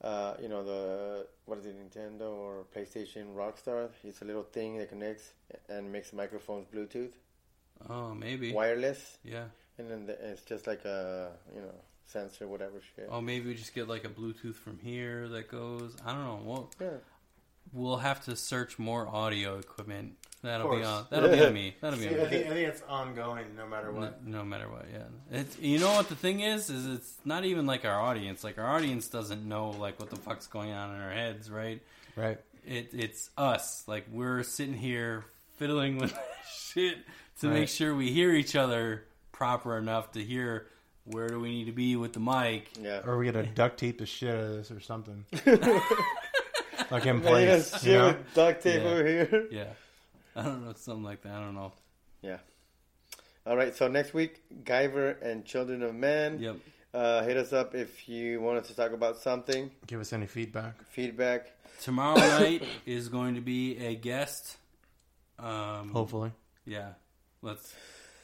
B: uh, you know the what is it, Nintendo or PlayStation Rockstar? It's a little thing that connects and makes microphones Bluetooth
C: Oh, maybe.
B: wireless,
C: Yeah.
B: and then the, it's just like a you know sensor whatever shit.
C: Oh, maybe we just get like a Bluetooth from here that goes. I don't know. We'll
A: Oh.
B: Yeah.
C: we'll have to search more audio equipment. That'll be
A: course.
C: on. That'll be on me. That'll be
A: See,
C: on me.
A: I think, I think it's ongoing no matter
C: No,
A: what.
C: no matter what, yeah. It's you know what the thing is is it's not even like our audience. Like our audience doesn't know like what the fuck's going on in our heads, right?
A: Right.
C: It it's us. Like we're sitting here fiddling with shit to
A: Right.
C: make sure we hear each other proper enough to hear where do we need to be with the mic.
B: Yeah.
A: Or we gotta duct tape the shit out of this or something. like in
B: Man, you got
A: place.
B: shit
A: You know?
B: with duct tape
C: Yeah.
B: over here.
C: Yeah. I don't know, something like that. I don't know.
B: All right, so next week, Guyver and Children of Men.
C: Yep.
B: Uh, hit us up if you want us to talk about something,
A: Give us any feedback.
B: feedback.
C: Tomorrow night is going to be a guest. Um
A: Hopefully.
C: Yeah, let's.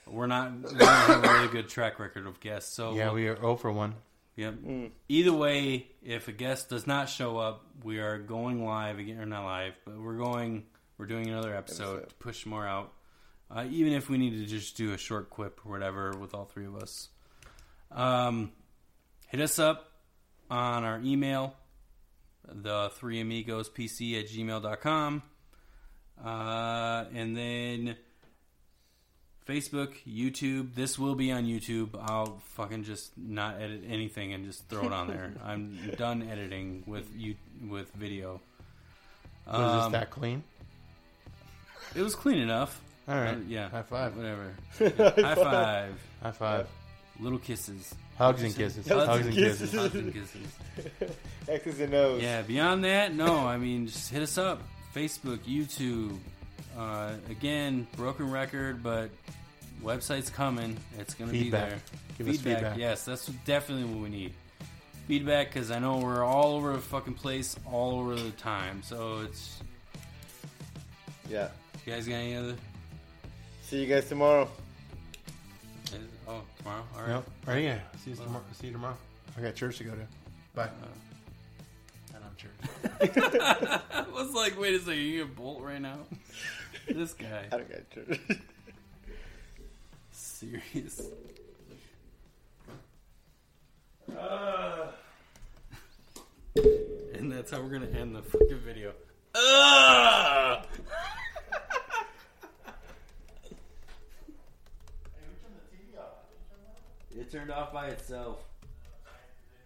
C: We're not. We don't have a really good track record of guests, so
A: Yeah, we are 0 for 1.
C: Yep.
B: Mm.
C: Either way, if a guest does not show up, we are going live again, or not live, but we're going. We're doing another episode,
B: Episode.
C: to push more out. Uh, even if we need to just do a short quip or whatever with all three of us, um, hit us up on our email, the three amigos pc at gmail.com. Uh, and then Facebook, YouTube. This will be on YouTube. I'll fucking just not edit anything and just throw it on there. I'm done editing with you with video.
A: Was
C: Um,
A: this that clean?
C: It was clean enough.
A: All right.
C: Uh, yeah.
A: High five.
C: Whatever. High
B: High
C: five.
A: High five.
C: Little kisses.
A: Hugs and kisses.
B: Hugs
A: Hugs and
B: and
A: kisses.
C: Hugs and kisses.
B: X's and O's.
C: Yeah, beyond that, no. I mean, just hit us up. Facebook, YouTube. Uh, again, broken record, but website's coming. It's going to be
A: Feedback.
C: there.
A: Give us feedback.
C: Yes, that's definitely what we need. Feedback, because I know we're all over the fucking place, all over the time. So it's.
B: Yeah.
C: You guys got any other?
B: See you guys tomorrow.
C: is- Oh, tomorrow? All right.
A: Yep. All right, yeah. See you, tomorrow. See you tomorrow. I got church to go to. Bye. And I'm church.
C: I was like, wait a second, you get bolt right now? this guy.
B: I don't get church.
C: Serious. Uh. And that's how we're gonna end the fucking video. Uh. Ugh! It turned off by itself.